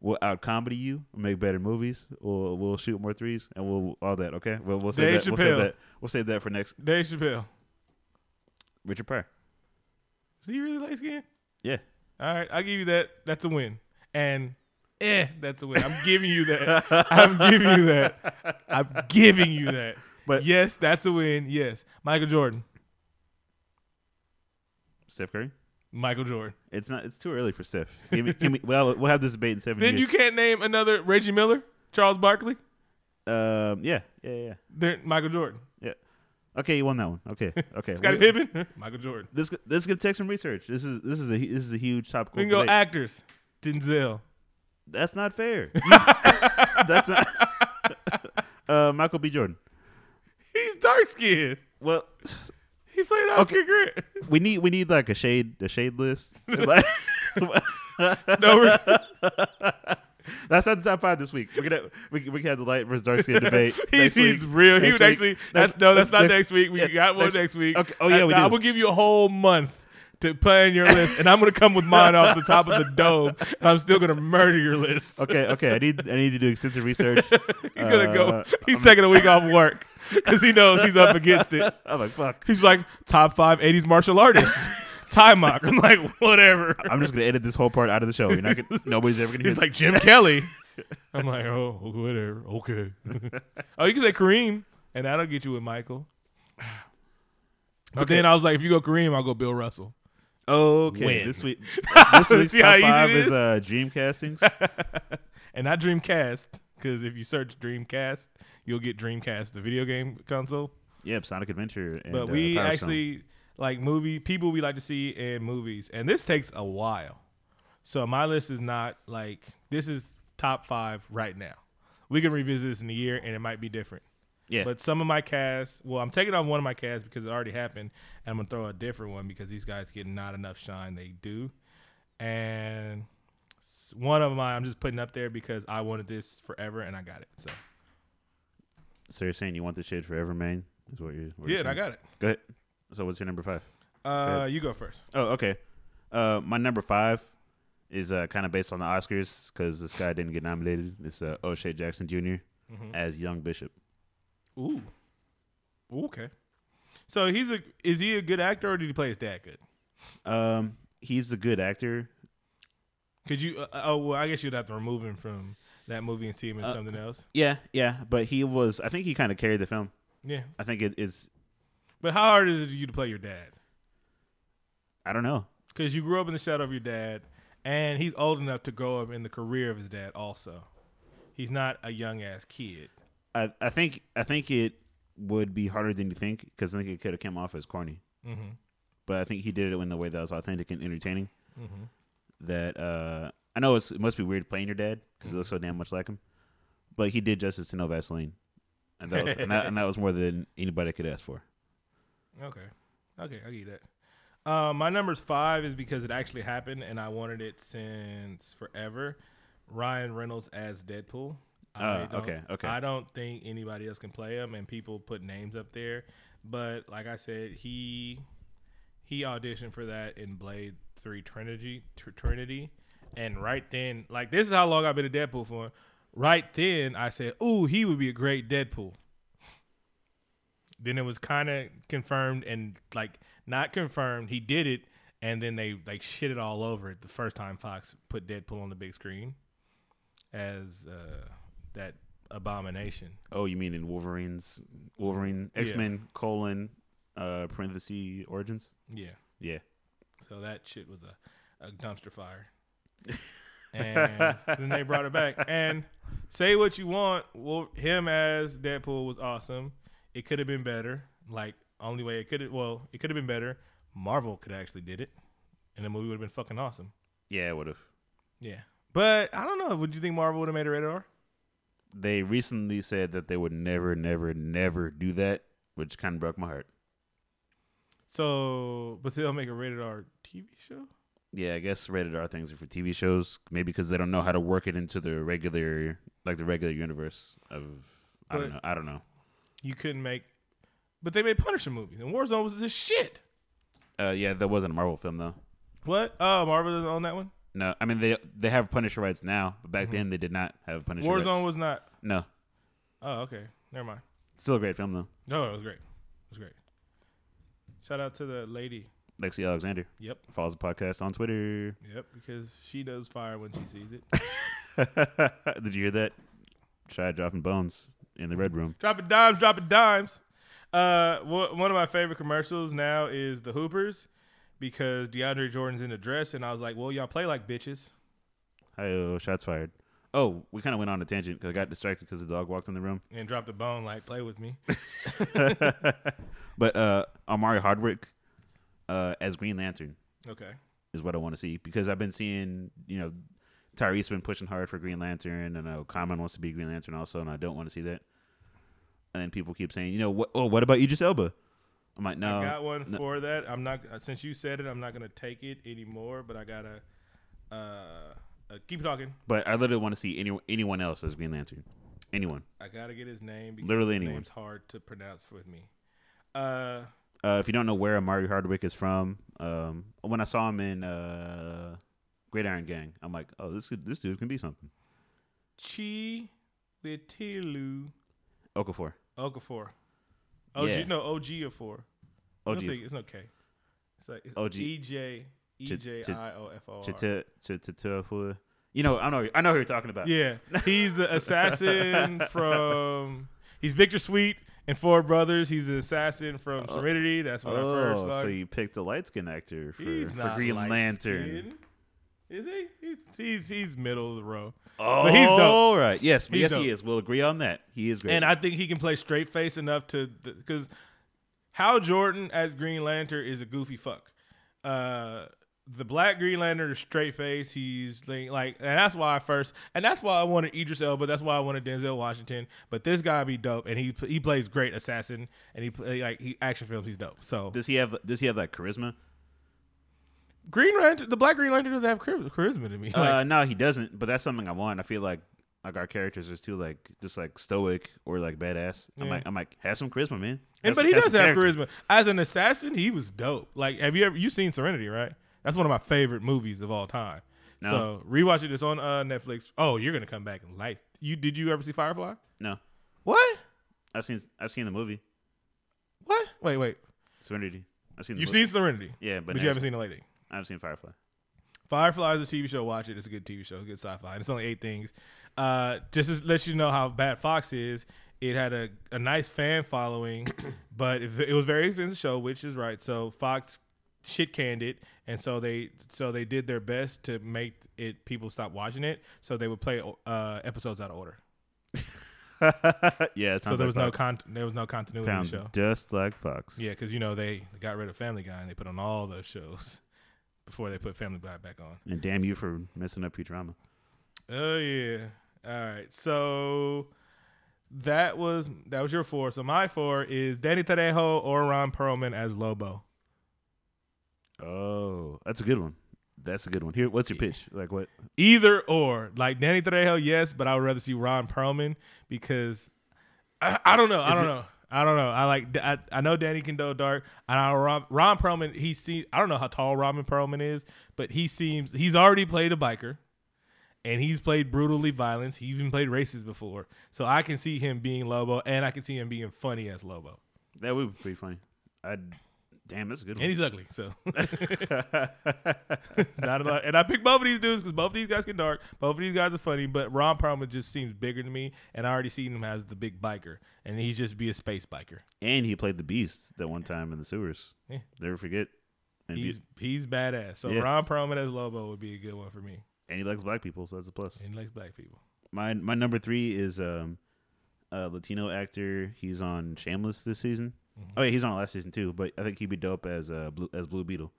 A: will out comedy you, make better movies, we'll we'll shoot more threes, and we'll all that. Okay, we'll we'll save
B: Dave
A: that. We'll save
B: Chappelle.
A: that. We'll save that for next.
B: Dave Chappelle.
A: Richard Pryor.
B: Is he really light skin?
A: Yeah,
B: All right, I'll give you that. That's a win. And eh, that's a win. I'm giving you that. I'm giving you that. I'm giving you that.
A: But-
B: But yes, that's a win. Yes. Michael Jordan.
A: Steph Curry.
B: Michael Jordan.
A: It's not. It's too early for Steph. Give me, give me, well, we'll have this debate in seven
B: Then you
A: years.
B: can't name another Reggie Miller, Charles Barkley,
A: um, yeah, yeah, yeah,
B: then Michael Jordan.
A: yeah. Okay, you won that one. Okay, okay.
B: Scottie
A: We-
B: Pippen, Michael Jordan.
A: this this is gonna take some research. This is this is a this is a huge topical.
B: We can go
A: debate.
B: actors. Denzel.
A: That's not fair. You- that's not. uh, Michael B. Jordan.
B: He's dark skinned.
A: Well,
B: He played Oscar Grant.
A: we need we need like a shade a shade list. Like,
B: No, we're-
A: that's not the top five this week. We're gonna we, we can have the light versus dark skin debate.
B: he,
A: next
B: he's
A: week.
B: real. he
A: Next
B: would
A: week.
B: actually.
A: Next-
B: That's, no, that's not
A: next-
B: next, week. We
A: yeah,
B: got one
A: next-
B: next, week.
A: okay. Oh, yeah,
B: I,
A: we
B: I
A: do.
B: will give you a whole month to plan your list, and I'm gonna come with mine off the top of the dome, and I'm still gonna murder your list.
A: Okay, okay. I need I need to do extensive research.
B: He's gonna
A: Uh,
B: go. He's taking a week off work because he knows he's up against it.
A: I'm like fuck.
B: He's like top five '80s martial artists. Ty Mock. I'm like whatever.
A: I'm just gonna edit this whole part out of the show. You're not gonna, nobody's ever gonna hear.
B: He's like Jim Kelly. I'm like oh whatever okay. oh, you can say Kareem, and that'll get you with Michael. But then I was like, if you go Kareem, I'll go Bill Russell.
A: okay.
B: win.
A: This week, this week's
B: See
A: top
B: how easy it
A: five is
B: is?
A: uh, dream castings.
B: and not Dreamcast, because if you search Dreamcast, you'll get Dreamcast, the video game console.
A: yep, Sonic Adventure. And,
B: But
A: uh,
B: we
A: Power Stone.
B: actually like movie people we like to see in movies, and this takes a while. So my list is not like this is top five right now. We can revisit this in a year, and it might be different.
A: yeah.
B: But some of my casts, well, I'm taking off one of my casts because it already happened, and I'm gonna throw a different one because these guys get not enough shine they do. And s- one of mine I'm just putting up there because I wanted this forever and I got it. So
A: So you're saying you want this shit forever, man? Is what you're? What you're
B: yeah, and I
A: saying?
B: got it.
A: Go ahead. So what's your number five?
B: Uh, you go first.
A: Oh, okay. Uh, my number five is uh, kind of based on the Oscars because this guy didn't get nominated. It's uh, O'Shea Jackson junior
B: Mm-hmm.
A: as Young Bishop.
B: Ooh. Ooh, okay. So he's a is he a good actor or did he play his dad good?
A: Um, he's a good actor.
B: Could you? Uh, oh well, I guess you'd have to remove him from that movie and see him in something else.
A: Yeah, yeah, but he was. I think he kind of carried the film.
B: Yeah,
A: I think it is.
B: but how hard is it for you to play your dad?
A: I don't know.
B: Because you grew up in the shadow of your dad, and he's old enough to grow up in the career of his dad. Also, he's not a young ass kid.
A: I I think I think it would be harder than you think because I think it could
B: Mm-hmm.
A: have come off as corny. But I think he did it in a way that was authentic and entertaining. that uh, I know it's, it must be weird playing your dad because he looks so damn much like him, but he did justice to No Vaseline, and that was, and, that, and that was more than anybody could ask for.
B: Okay. Okay, I'll give you that. Um, my number's five is because it actually happened and I wanted it since forever. Ryan Reynolds as Deadpool. I
A: Ah,
B: don't-
A: okay, okay.
B: I don't think anybody else can play him, and people put names up there. But like I said, he he auditioned for that in Blade Three Trinity, tr- Trinity, and right then, like this is how long I've been a Deadpool for. Right then, I said, "Ooh, he would be a great Deadpool." Then it was kind of confirmed and like not confirmed. He did it, and then they like shit it all over it the first time Fox put Deadpool on the big screen as uh, that abomination.
A: Oh, you mean in Wolverine's Wolverine X Men colon uh, parenthesis origins?
B: Yeah.
A: Yeah.
B: So that shit was a, a dumpster fire. and then they brought it back. And say what you want, well, him as Deadpool was awesome. It could have been better. Like only way it could have well, it could have been better. Marvel could have actually did it, and the movie would have been fucking awesome.
A: Yeah, would have.
B: Yeah, but I don't know. Would you think Marvel would have made a radar?
A: They recently said that they would never, never, never do that, which kind of broke my heart.
B: So, but they'll make a rated R TV show.
A: Yeah, I guess rated R things are for TV shows, maybe because they don't know how to work it into the regular, like the regular universe of. I don't
B: But-
A: know. I don't know.
B: You couldn't make, but they made Punisher movies, and Warzone was this shit.
A: Uh, yeah, that wasn't a Marvel film though.
B: What? Oh, Marvel doesn't own that one.
A: No, I mean they they have Punisher rights now, but back then they did not have Punisher.
B: Mm-hmm. Warzone
A: rights.
B: was not.
A: no,
B: Oh, okay. Never mind.
A: still a great film though.
B: No, it was great. It was great. Shout out to the lady.
A: Lexi Alexander
B: Yep.
A: follows the podcast on Twitter.
B: Yep. Because she does fire when she sees it.
A: did you hear that? Shy dropping bones in the red room.
B: dropping dimes, dropping dimes. Uh, wha- one of my favorite commercials now is the Hoopers because DeAndre Jordan's in the dress, and I was like, "Well, y'all play like bitches."
A: Hi, oh, shots fired. Oh, we kind of went on a tangent because I got distracted because the dog walked in the room.
B: and drop the bone like play with me.
A: But uh, Amari Hardwick uh, as Green Lantern
B: Okay.
A: is what I want to see because I've been seeing you know Tyrese been pushing hard for Green Lantern and uh, Common wants to be Green Lantern also, and I don't want to see that. And then people keep saying, you know, what? Oh, what about Idris Elba? I'm like, no,
B: I got one
A: Um, no.
B: for that. I'm not uh, since you said it, I'm not gonna take it anymore. But I gotta uh, uh keep talking.
A: But I literally want to see any, anyone else as Green Lantern, anyone.
B: I gotta get his name. Because
A: Literally
B: his
A: anyone.
B: Name's hard to pronounce with me. Uh,
A: Uh, if you don't know where Amari Hardwick is from, um, when I saw him in uh, Great Iron Gang, I'm like, oh, this could, this dude can be something.
B: Chi Litilu
A: Okafor,
B: Okafor. OG
A: Yeah.
B: no OG or four.
A: OG,
B: It's, like, it's okay. It's like it's E
A: OG.
B: EJ
A: Ch- ch-
B: EJIOFOR.
A: Chita- Chita- Chita- you know, I know, I know who you're talking about.
B: Yeah, he's the assassin from. He's Victor Sweet and Four Brothers. He's the assassin from Serenity. That's what I first
A: Oh,
B: saw.
A: so you picked a light skin actor for,
B: he's
A: for
B: not
A: Green
B: light
A: Lantern.
B: skinned. Is he? He's, he's he's middle of the row.
A: Oh,
B: But he's dope.
A: all right. Yes,
B: He's
A: yes,
B: dope.
A: he is. We'll agree on that. He is great.
B: And I think he can play straight face enough to because Hal Jordan as Green Lantern is a goofy fuck. Uh, the Black Green Lantern is straight face. He's like, like, and that's why I first, and that's why I wanted Idris Elba. That's why I wanted Denzel Washington. But this guy be dope, and he he plays great assassin, and he play like he action films. He's dope. So
A: does he have? Does he have like charisma?
B: Green Lantern, the Black Green Lantern doesn't have chari- charisma to me. Like,
A: uh, no, he doesn't. But that's something I want. I feel like like our characters are too like just like stoic or like badass. I'm
B: Yeah.
A: like I'm like have some charisma, man.
B: And
A: Have
B: but
A: some-
B: he
A: have
B: does
A: some
B: have
A: character.
B: charisma. As an assassin, he was dope. Like, have you ever you seen Serenity? Right, that's one of my favorite movies of all time.
A: No.
B: So rewatch it. It's on uh, Netflix. Oh, you're gonna come back and like you. Did you ever see Firefly?
A: No,
B: What?
A: I've seen I've seen the movie
B: What? Wait, wait.
A: Serenity. I've seen the
B: You've
A: movie.
B: seen Serenity?
A: Mm, yeah, but,
B: but you haven't seen the lady.
A: I've seen Firefly.
B: Firefly is a TV show. Watch it. It's a good TV show. Good sci-fi. And it's only eight things. Uh, just to let you know how bad Fox is, it had a, a nice fan following, but it, it was very expensive show, which is right. So Fox shit canned it, and so they so they did their best to make it people stop watching it. So they would play uh, episodes out of order.
A: yeah, it
B: So
A: sounds like
B: there was no
A: Fox.
B: con- there was no continuity
A: Sounds
B: in the show.
A: just like Fox.
B: Yeah, because you know they got rid of Family Guy and they put on all those shows. before they put Family Guy back on.
A: And damn you for messing up Futurama.
B: Oh yeah. All right. So that was that was your four. So my four is Danny Trejo or Ron Perlman as Lobo.
A: Oh, that's a good one. That's a good one. Here, what's your pitch? Like what?
B: Either or, like Danny Trejo, yes, but I would rather see Ron Perlman because I, I don't know. I
A: Is
B: don't
A: it-
B: know. I don't know. I like. I, I know Danny can go dark. I know Ron, Ron Perlman. He seems. I don't know how tall Ron Perlman is, but he seems. He's already played a biker, and he's played brutally violence. He even played racist before, so I can see him being Lobo, and I can see him being funny as Lobo.
A: That would be pretty funny. I damn, that's a good
B: And
A: one.
B: he's ugly, so not a lot. And I picked both of these dudes because both of these guys get dark. Both of these guys are funny, but Ron Perlman just seems bigger to me, and I already seen him as the big biker, and he's just be a space biker.
A: And he played the beast that one time in the sewers.
B: Yeah.
A: Never forget. And,
B: He's
A: be-
B: he's badass. So
A: Yeah.
B: Ron Perlman as Lobo would be a good one for me,
A: and he likes black people, so that's a plus.
B: and he likes black people.
A: My my number three is um, a Latino actor. He's on Shameless this season. Oh yeah, he's on last season too. But I think he'd be dope as uh blue, as Blue Beetle.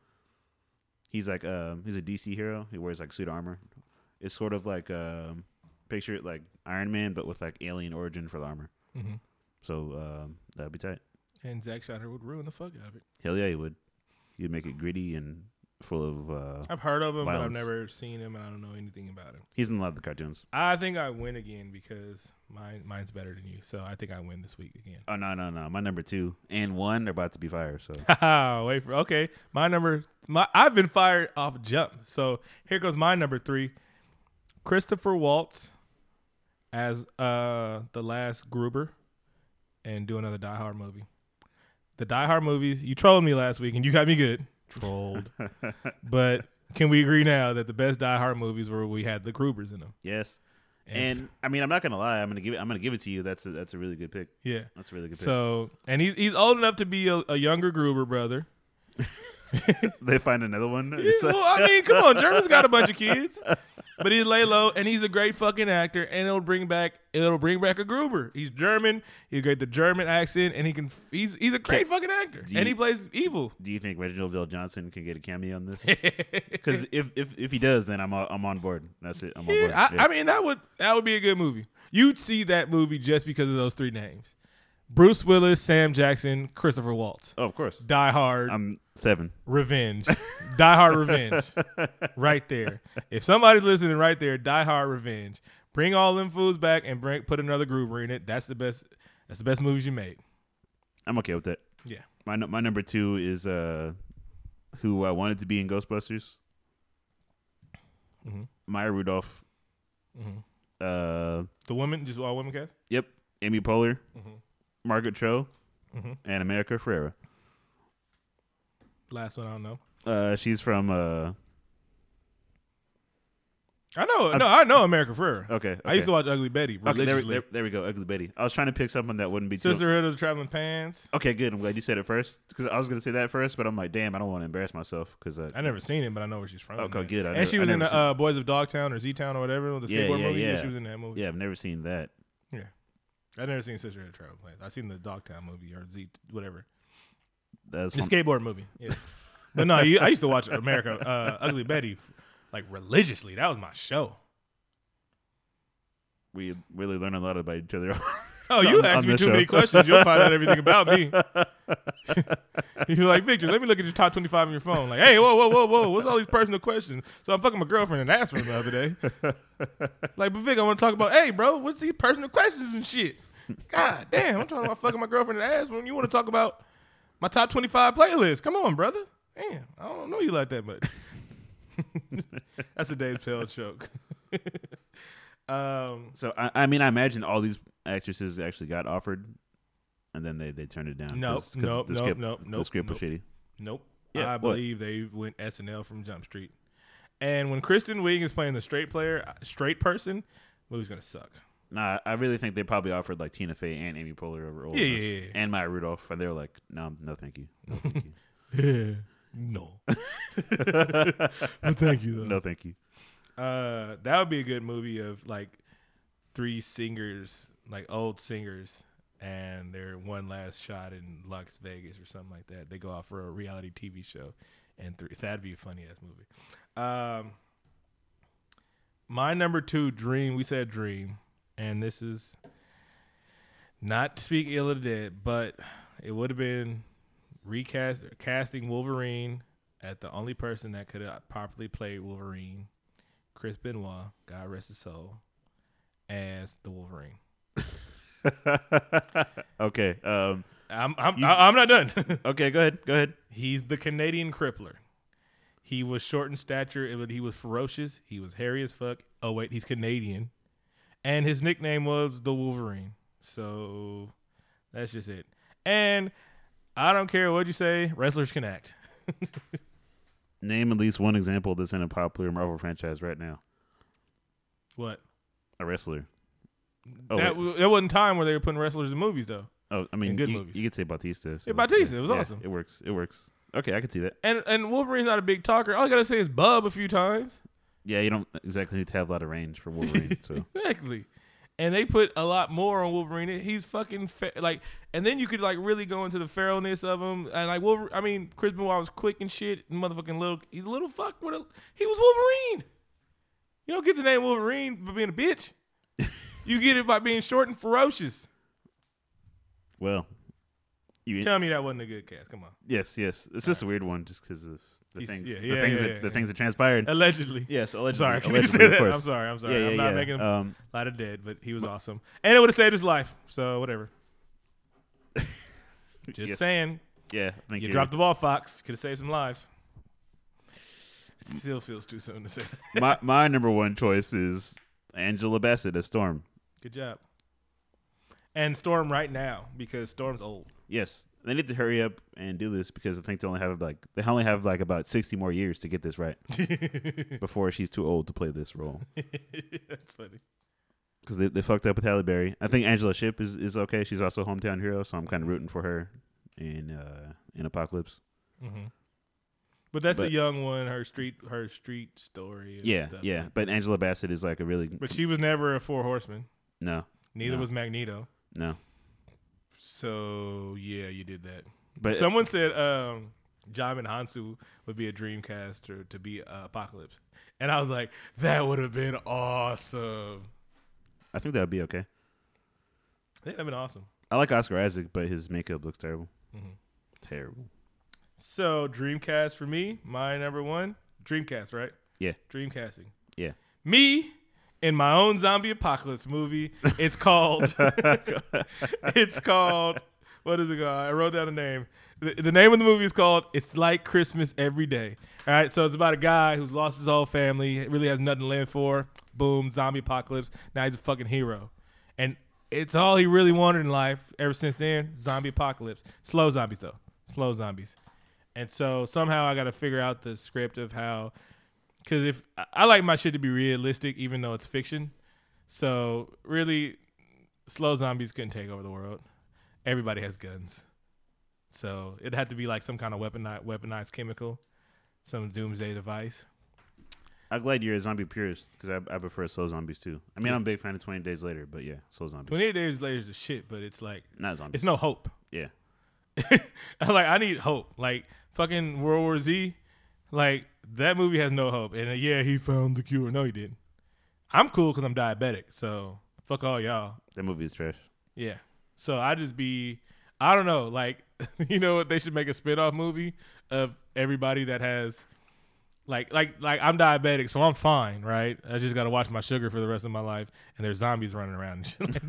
A: He's like um he's a DC hero. He wears like suit armor. It's sort of like um picture it like Iron Man, but with like alien origin for the armor.
B: Mhm.
A: So um, that'd be tight.
B: And Zack Snyder would ruin the fuck out of it.
A: Hell yeah, he would. He'd make it gritty and full of. uh
B: I've heard of him,
A: Violence.
B: but I've never seen him, and I don't know anything about him.
A: He's in a lot of the cartoons.
B: I think I win again because mine mine's better than you. So I think I win this week again.
A: Oh no no no! My number two and one are about to be fired. So
B: Haha, Wait for okay. My number, my I've been fired off jump. So here goes my number three, Christopher Waltz, as uh the last Gruber, and do another Die Hard movie. The Die Hard movies. You trolled me last week, and you got me good trolled. but can we agree now that the best Die Hard movies were we had the Grubers in them?
A: yes.
B: And-
A: And, I mean, I'm not gonna lie. I'm gonna give it. I'm gonna give it to you. That's a, that's a really good pick.
B: Yeah.
A: That's a really good pick.
B: So and he's he's old enough to be a, a younger Gruber brother.
A: they find another one.
B: Yeah,
A: So-
B: well, I mean, come on, German's got a bunch of kids, but he's lay low, and he's a great fucking actor, and it'll bring back it'll bring back a Gruber. He's German, he's got the German accent, and he can he's he's a great fucking actor,
A: Do you-
B: and he plays evil.
A: Do you think Reginald Vell Johnson can get a cameo on this? Because if, if if he does, then I'm I'm on board. That's it. I'm on board.
B: Yeah, I,
A: Yeah.
B: I mean, that would that would be a good movie. You'd see that movie just because of those three names: Bruce Willis, Sam Jackson, Christopher Waltz.
A: oh, of course.
B: Die Hard,
A: I'm seven.
B: Revenge, Die Hard Revenge, right there. If somebody's listening right there, Die Hard Revenge. Bring all them fools back and bring put another Gruber in it. That's the best. That's the best movies you made.
A: I'm okay with that.
B: Yeah.
A: My nu- my number two is uh, who I wanted to be in Ghostbusters.
B: Mhm.
A: Maya Rudolph.
B: Mhm.
A: Uh,
B: The women, just all women cast.
A: yep. Amy Poehler,
B: Mhm.
A: Margaret Cho,
B: Mhm.
A: and America Ferrera.
B: Last one, I don't know.
A: Uh, she's from uh.
B: I know, no, I know America Ferrera.
A: Okay. okay.
B: I used to watch Ugly Betty
A: Okay, there,
B: religiously.
A: we- there, there we go. Ugly Betty. I was trying to pick something that wouldn't be too.
B: Sisterhood of the Traveling Pants.
A: Okay, good. I'm glad you said it first because I was gonna say that first, but I'm like, damn, I don't want to embarrass myself because uh,
B: I never seen it, but I know where she's from.
A: Okay, good. I
B: and
A: never-
B: she
A: I
B: was in
A: never
B: the uh, Boys of Dogtown or Z Town or whatever the
A: Yeah,
B: skateboard
A: yeah,
B: movie. Yeah.
A: yeah.
B: she was in that movie.
A: yeah, I've never seen that.
B: Yeah. I never seen Sister Air Travel Plans. I seen the Dogtown movie or Z whatever.
A: That's
B: The
A: one-
B: skateboard movie. Yeah. but no, you, I used to watch America uh, Ugly Betty like religiously. That was my show.
A: we really learn a lot about each other.
B: Oh, you
A: On-
B: asked
A: on
B: me
A: this
B: too
A: show.
B: many questions. You'll find out everything about me. You're like Victor. Let me look at your top twenty-five on your phone. Like, hey, whoa, whoa, whoa, whoa. What's all these personal questions? So I'm fucking my girlfriend and asked her the other day. Like, but Vic, I want to talk about. Hey, bro, what's these personal questions and shit? God damn, I'm talking about fucking my girlfriend and ass when you want to talk about my top twenty-five playlist. Come on, brother. Damn, I don't know you like that much. That's a Dave Pell joke. um,
A: so I, I mean, I imagine all these actresses actually got offered, and then they they turned it down.
B: Nope,
A: 'cause- 'cause
B: nope,
A: the
B: nope,
A: script,
B: nope,
A: The
B: nope,
A: script was shitty.
B: Nope.
A: Yeah,
B: I
A: what?
B: believe they went SNL from Jump Street. And when Kristen Wiig is playing the straight player, straight person, movie's gonna suck.
A: Nah, I really think they probably offered like Tina Fey and Amy Poehler over all of
B: Yeah,
A: us,
B: yeah, yeah.
A: and Maya Rudolph, and they were like, no, no, thank you, no, thank you,
B: No. thank you
A: no, thank you.
B: Uh, that would be a good movie of like three singers, like old singers, and their one last shot in Las Vegas or something like that. They go out for a reality TV show, and three. That'd be a funny ass movie. Um, my number two, Dream. We said Dream, and this is not to speak ill of the dead, but it would have been recast casting Wolverine at the only person that could have properly played Wolverine, Chris Benoit, God rest his soul, as the Wolverine.
A: okay. Um,
B: I'm I'm, I- I'm not done.
A: okay. Go ahead. Go ahead.
B: He's the Canadian crippler. He was short in stature. It was, he was ferocious. He was hairy as fuck. Oh wait, he's Canadian, and his nickname was the Wolverine. So that's just it. And I don't care what you say, wrestlers can act.
A: Name at least one example that's in a popular Marvel franchise right now.
B: What?
A: A wrestler. Oh,
B: that
A: wait.
B: w- that wasn't time where they were putting wrestlers in movies though.
A: oh I mean,
B: in good
A: you,
B: movies.
A: you could say Bautista. so-
B: Yeah, Bautista, it was
A: yeah,
B: awesome.
A: It works. It works. Okay, I can see that.
B: And and Wolverine's not a big talker. All I gotta say is bub a few times.
A: Yeah, you don't exactly need to have a lot of range for Wolverine. so
B: Exactly. And they put a lot more on Wolverine. He's fucking fa- like, and then you could like really go into the feralness of him. And like Wolverine, I mean, Chris Benoit was quick and shit, and motherfucking little. He's a little fuck with a. He was Wolverine. You don't get the name Wolverine by being a bitch. you get it by being short and ferocious.
A: well, you
B: Tell me that wasn't a good cast. Come on.
A: yes yes. It's just a weird one just because of the
B: He's-
A: things
B: yeah,
A: the
B: yeah,
A: things
B: yeah,
A: that
B: yeah,
A: the
B: yeah.
A: things that transpired.
B: Allegedly.
A: yes, allegedly.
B: Sorry, can you
A: allegedly,
B: say
A: of
B: that?
A: course.
B: I'm sorry. I'm sorry.
A: Yeah, yeah,
B: I'm not
A: yeah.
B: making a
A: Um,
B: lot of dead, but he was awesome, and it would have saved his life. So whatever. Just
A: Yes.
B: saying.
A: yeah, I think
B: You
A: you're-
B: dropped the ball, Fox. Could have saved some lives. It still feels too soon to say. that.
A: my my number one choice is Angela Bassett as Storm.
B: Good job. And Storm right now because Storm's old.
A: Yes, they need to hurry up and do this because I think they only have like they only have like about sixty more years to get this right before she's too old to play this role
B: That's funny.
A: because they, they fucked up with Halle Berry. I think Angela Ship is, is okay. She's also a hometown hero, so I'm kind of rooting for her in uh, in Apocalypse.
B: hmm But that's the
A: Mm-hmm. But-
B: young one. Her street, her street story. And
A: yeah,
B: stuff.
A: yeah. But Angela Bassett is like a really
B: But she was never a four horseman.
A: no,
B: Neither
A: No.
B: was Magneto.
A: no.
B: So yeah, you did that.
A: But
B: Someone said um, John and Hansu would be a Dreamcaster to be uh, Apocalypse, and I was like, that would have been awesome.
A: I think that would be okay.
B: That'd have been awesome.
A: I like Oscar Isaac, but his makeup looks terrible.
B: Mhm.
A: Terrible.
B: So Dreamcast for me, my number one Dreamcast, right?
A: Yeah,
B: Dreamcasting.
A: yeah.
B: Me in my own zombie apocalypse movie. It's called. it's called. What is it called? I wrote down the name. The, the name of the movie is called "It's Like Christmas Every Day." All right, so it's about a guy who's lost his whole family, really has nothing to live for. Boom, zombie apocalypse. Now he's a fucking hero, and it's all he really wanted in life ever since then. Zombie apocalypse. Slow zombies though. Slow zombies. And so somehow I got to figure out the script of how because if I- I like my shit to be realistic, even though it's fiction, so really, slow zombies couldn't take over the world. Everybody has guns, so it'd have to be like some kind of weaponized, weaponized chemical, some doomsday device.
A: I'm glad you're a zombie purist because I, I prefer Soul Zombies too. I mean, I'm a big fan of 20 Days Later, but yeah, Soul Zombies.
B: Twenty eight days later is the shit, but it's like
A: Not zombies.
B: it's no hope.
A: yeah.
B: I'm like I need hope. Like fucking World War Z, like that movie has no hope. And uh, yeah, he found the cure. No, he didn't. I'm cool because I'm diabetic, so fuck all y'all.
A: That movie is trash.
B: Yeah. So I just be I don't know, like you know what they should make a spin-off movie of everybody that has like like like I'm diabetic, so I'm fine, right? I just gotta watch my sugar for the rest of my life and there's zombies running around and shit like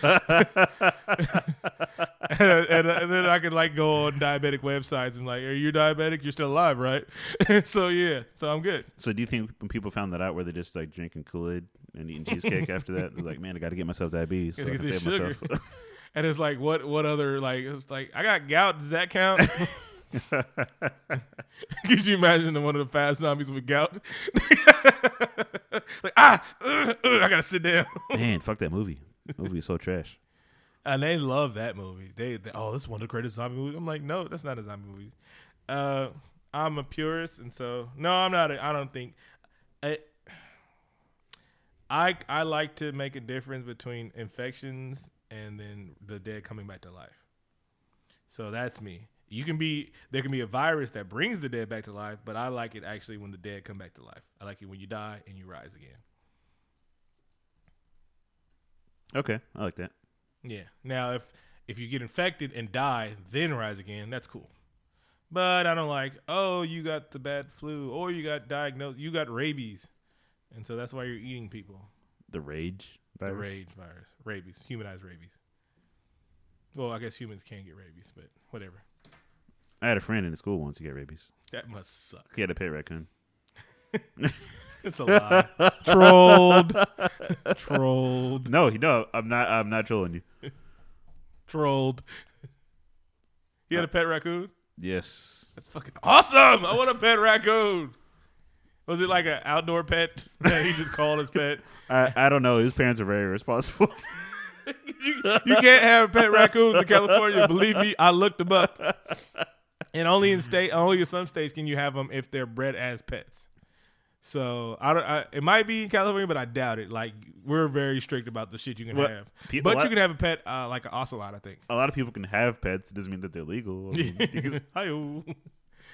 B: that. and, and- and then I could like go on diabetic websites and like, are you diabetic? You're still alive, right? so yeah, so I'm good.
A: So do you think when people found that out, were they just like drinking Kool Aid and eating cheesecake after that? They're like, man, I got to get myself diabetes so I
B: Gotta
A: can
B: get this
A: save myself.
B: And it's like, what what other like it's like I got gout, does that count? Could you imagine the one of the fast zombies with gout? like ah, ugh, ugh, I gotta sit down.
A: man, fuck that movie. That movie is so trash.
B: and they love that movie. They, they oh, this is one of the greatest zombie movies. I'm like, no, that's not a zombie movie. Uh, I'm a purist, and so no, I'm not. A, I don't think. I, I I like to make a difference between infections and then the dead coming back to life. So that's me. You can be there can be a virus that brings the dead back to life, but I like it actually when the dead come back to life. I like it when you die and you rise again.
A: Okay, I like that.
B: Yeah. Now if if you get infected and die, then rise again, that's cool. But I don't like, oh, you got the bad flu or you got diagnosed you got rabies. And so that's why you're eating people.
A: The rage.
B: The
A: virus.
B: rage virus. Rabies. Humanized rabies. Well, I guess humans can get rabies, but whatever.
A: I had a friend in the school once who got rabies.
B: That must suck.
A: He had a pet raccoon.
B: It's a lie. trolled. trolled.
A: No, he no. I'm not. I'm not trolling you.
B: Trolled. He had a pet raccoon?
A: Yes.
B: That's fucking awesome. I want a pet raccoon. Was it like an outdoor pet that he just called his pet?
A: I, I don't know. His parents are very responsible.
B: You, you can't have pet raccoons in California. Believe me, I looked them up. And only in state, only in some states can you have them if they're bred as pets. So I don't. I, it might be in California, but I doubt it. Like we're very strict about the shit you can
A: Well,
B: have.
A: people-
B: but you can have a pet uh, like an ocelot, I think.
A: a lot of people can have pets. It doesn't mean that they're legal. I mean, you can-
B: Hi-yo.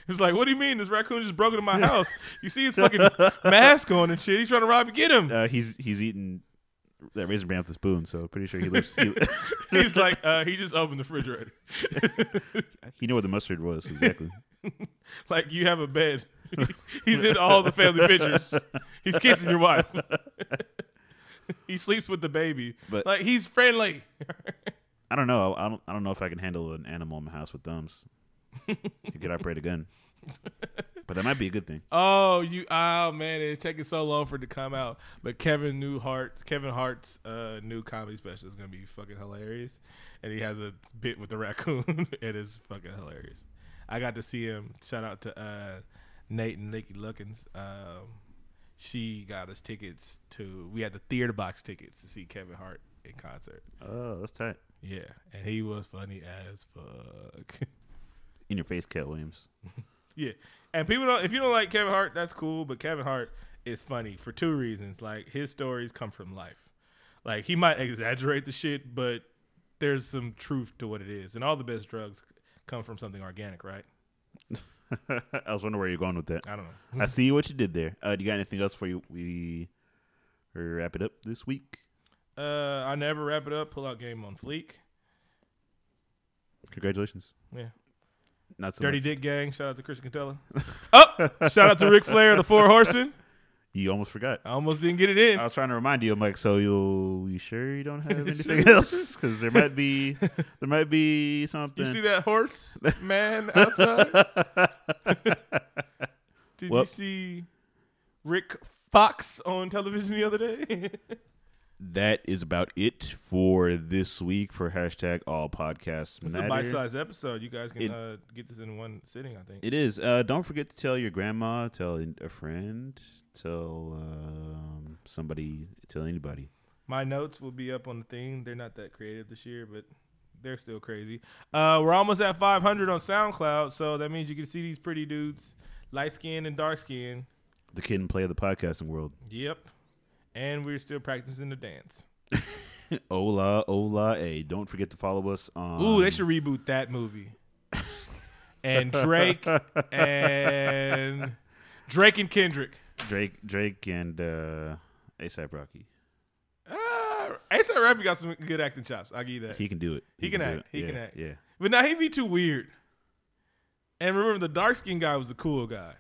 B: It's like, what do you mean? This raccoon just broke into my house. You see his fucking mask on and shit. He's trying to rob you. Get him.
A: uh, he's he's eating that raisin bran with a spoon, so pretty sure he lives. He,
B: He's like, uh, he just opened the refrigerator.
A: he knew where the mustard was exactly.
B: like you have a bed. He's in all the family pictures. He's kissing your wife. he sleeps with the baby.
A: But-
B: like he's friendly.
A: I don't know. I don't. I don't know if I can handle an animal in my house with thumbs. You could operate a gun, but that might be a good thing.
B: Oh, you! Oh man, it's taking so long for it to come out. But Kevin Newhart, Kevin Hart's uh, new comedy special is gonna be fucking hilarious, and he has a bit with the raccoon. it is fucking hilarious. I got to see him. Shout out to uh, Nate and Nikki Luckins. Um, she got us tickets to. We had the theater box tickets to see Kevin Hart in concert.
A: Oh, that's tight.
B: Yeah, and he was funny as fuck.
A: In your face, Cat Williams.
B: Yeah, and people don't. If you don't like Kevin Hart, that's cool. But Kevin Hart is funny for two reasons. Like his stories come from life. Like he might exaggerate the shit, but there's some truth to what it is. And all the best drugs come from something organic, right?
A: I was wondering where you're going with that.
B: I don't know.
A: I see what you did there. Uh, do you got anything else for you? We wrap it up this week.
B: Uh, I never wrap it up. Pull out game on fleek.
A: Congratulations.
B: Yeah.
A: Not so
B: Dirty
A: much.
B: Dick Gang. Shout out to Christian Cantella. oh, shout out to Ric Flair, the Four Horsemen.
A: You almost forgot.
B: I almost didn't get it in.
A: I was trying to remind you. I'm like, so you you sure you don't have anything else? Because there might be there might be something.
B: You see that horse man outside? Did you
A: Well-
B: see Rick Fox on television the other day?
A: that is about it for this week for hashtag all podcasts
B: it's
A: matter.
B: a bite-sized episode. You guys can
A: It-
B: uh, get this in one sitting, I think.
A: It is. Uh, don't forget to tell your grandma, tell a friend, tell um, somebody, tell anybody.
B: My notes will be up on the thing. They're not that creative this year, but they're still crazy. Uh, we're almost at 500 on SoundCloud, so that means you can see these pretty dudes, light skin and dark skin.
A: The kid and play of the podcasting world.
B: Yep. And we're still practicing the dance.
A: Ola, ola, a. Don't forget to follow us on.
B: Ooh, they should reboot that movie. and Drake and Drake and Kendrick.
A: Drake, Drake, and uh, ASAP Rocky.
B: Uh, ASAP Rocky got some good acting chops. I'll give you that.
A: He can do it.
B: He can
A: do
B: act.
A: it.
B: He
A: yeah,
B: can act.
A: Yeah.
B: but now he be too weird. And remember, the dark skinned guy was the cool guy.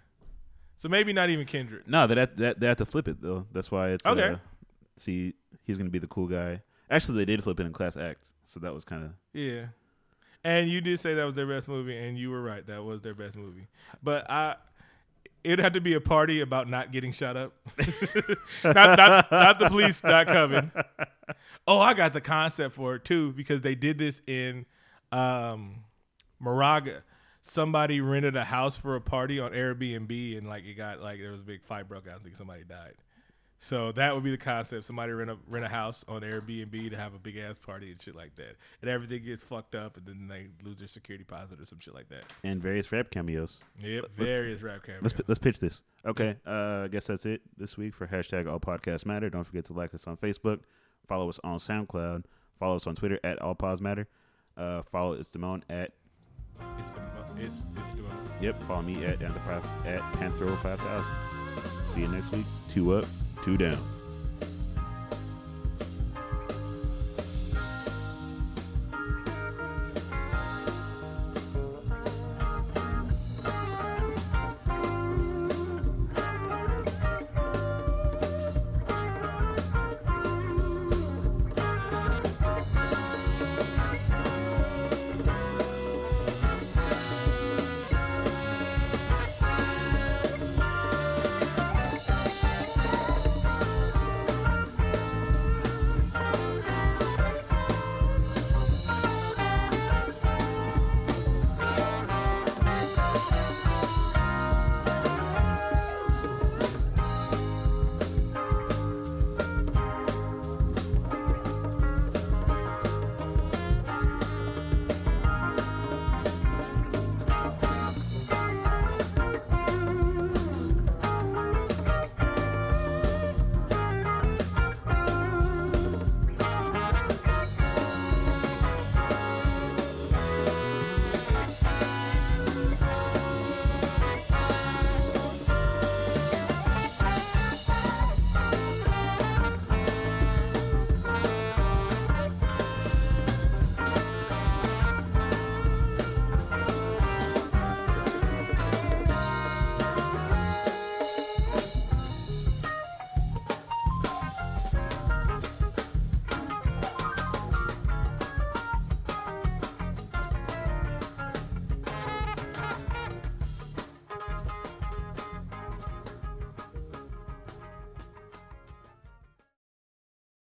B: So maybe not even Kendrick.
A: No, they have, that they have to flip it though. That's why it's
B: Okay.
A: Uh, see, he's gonna be the cool guy. Actually, they did flip it in Class Act, so that was kind of.
B: Yeah. And you did say that was their best movie, and you were right. That was their best movie. But I, it'd have to be a party about not getting shot up. not, not, not the police not coming. Oh, I got the concept for it too because they did this in um, Moraga. Somebody rented a house for a party on Airbnb, and like it got like there was a big fight broke out. I think somebody died. So that would be the concept. Somebody rent a rent a house on Airbnb to have a big ass party and shit like that, and everything gets fucked up, and then they lose their security deposit or some shit like that.
A: And various rap cameos.
B: Yep, various rap cameras.
A: Let's pi- let's pitch this. Okay, uh, I guess that's it this week for hashtag All Podcasts Matter. Don't forget to like us on Facebook, follow us on SoundCloud, follow us on Twitter at All Pods Matter, uh, follow It's Damone at
B: It's the it's it's the
A: Yep, follow me at Anthropov at Panthro five thousand. See you next week. Two up, two down.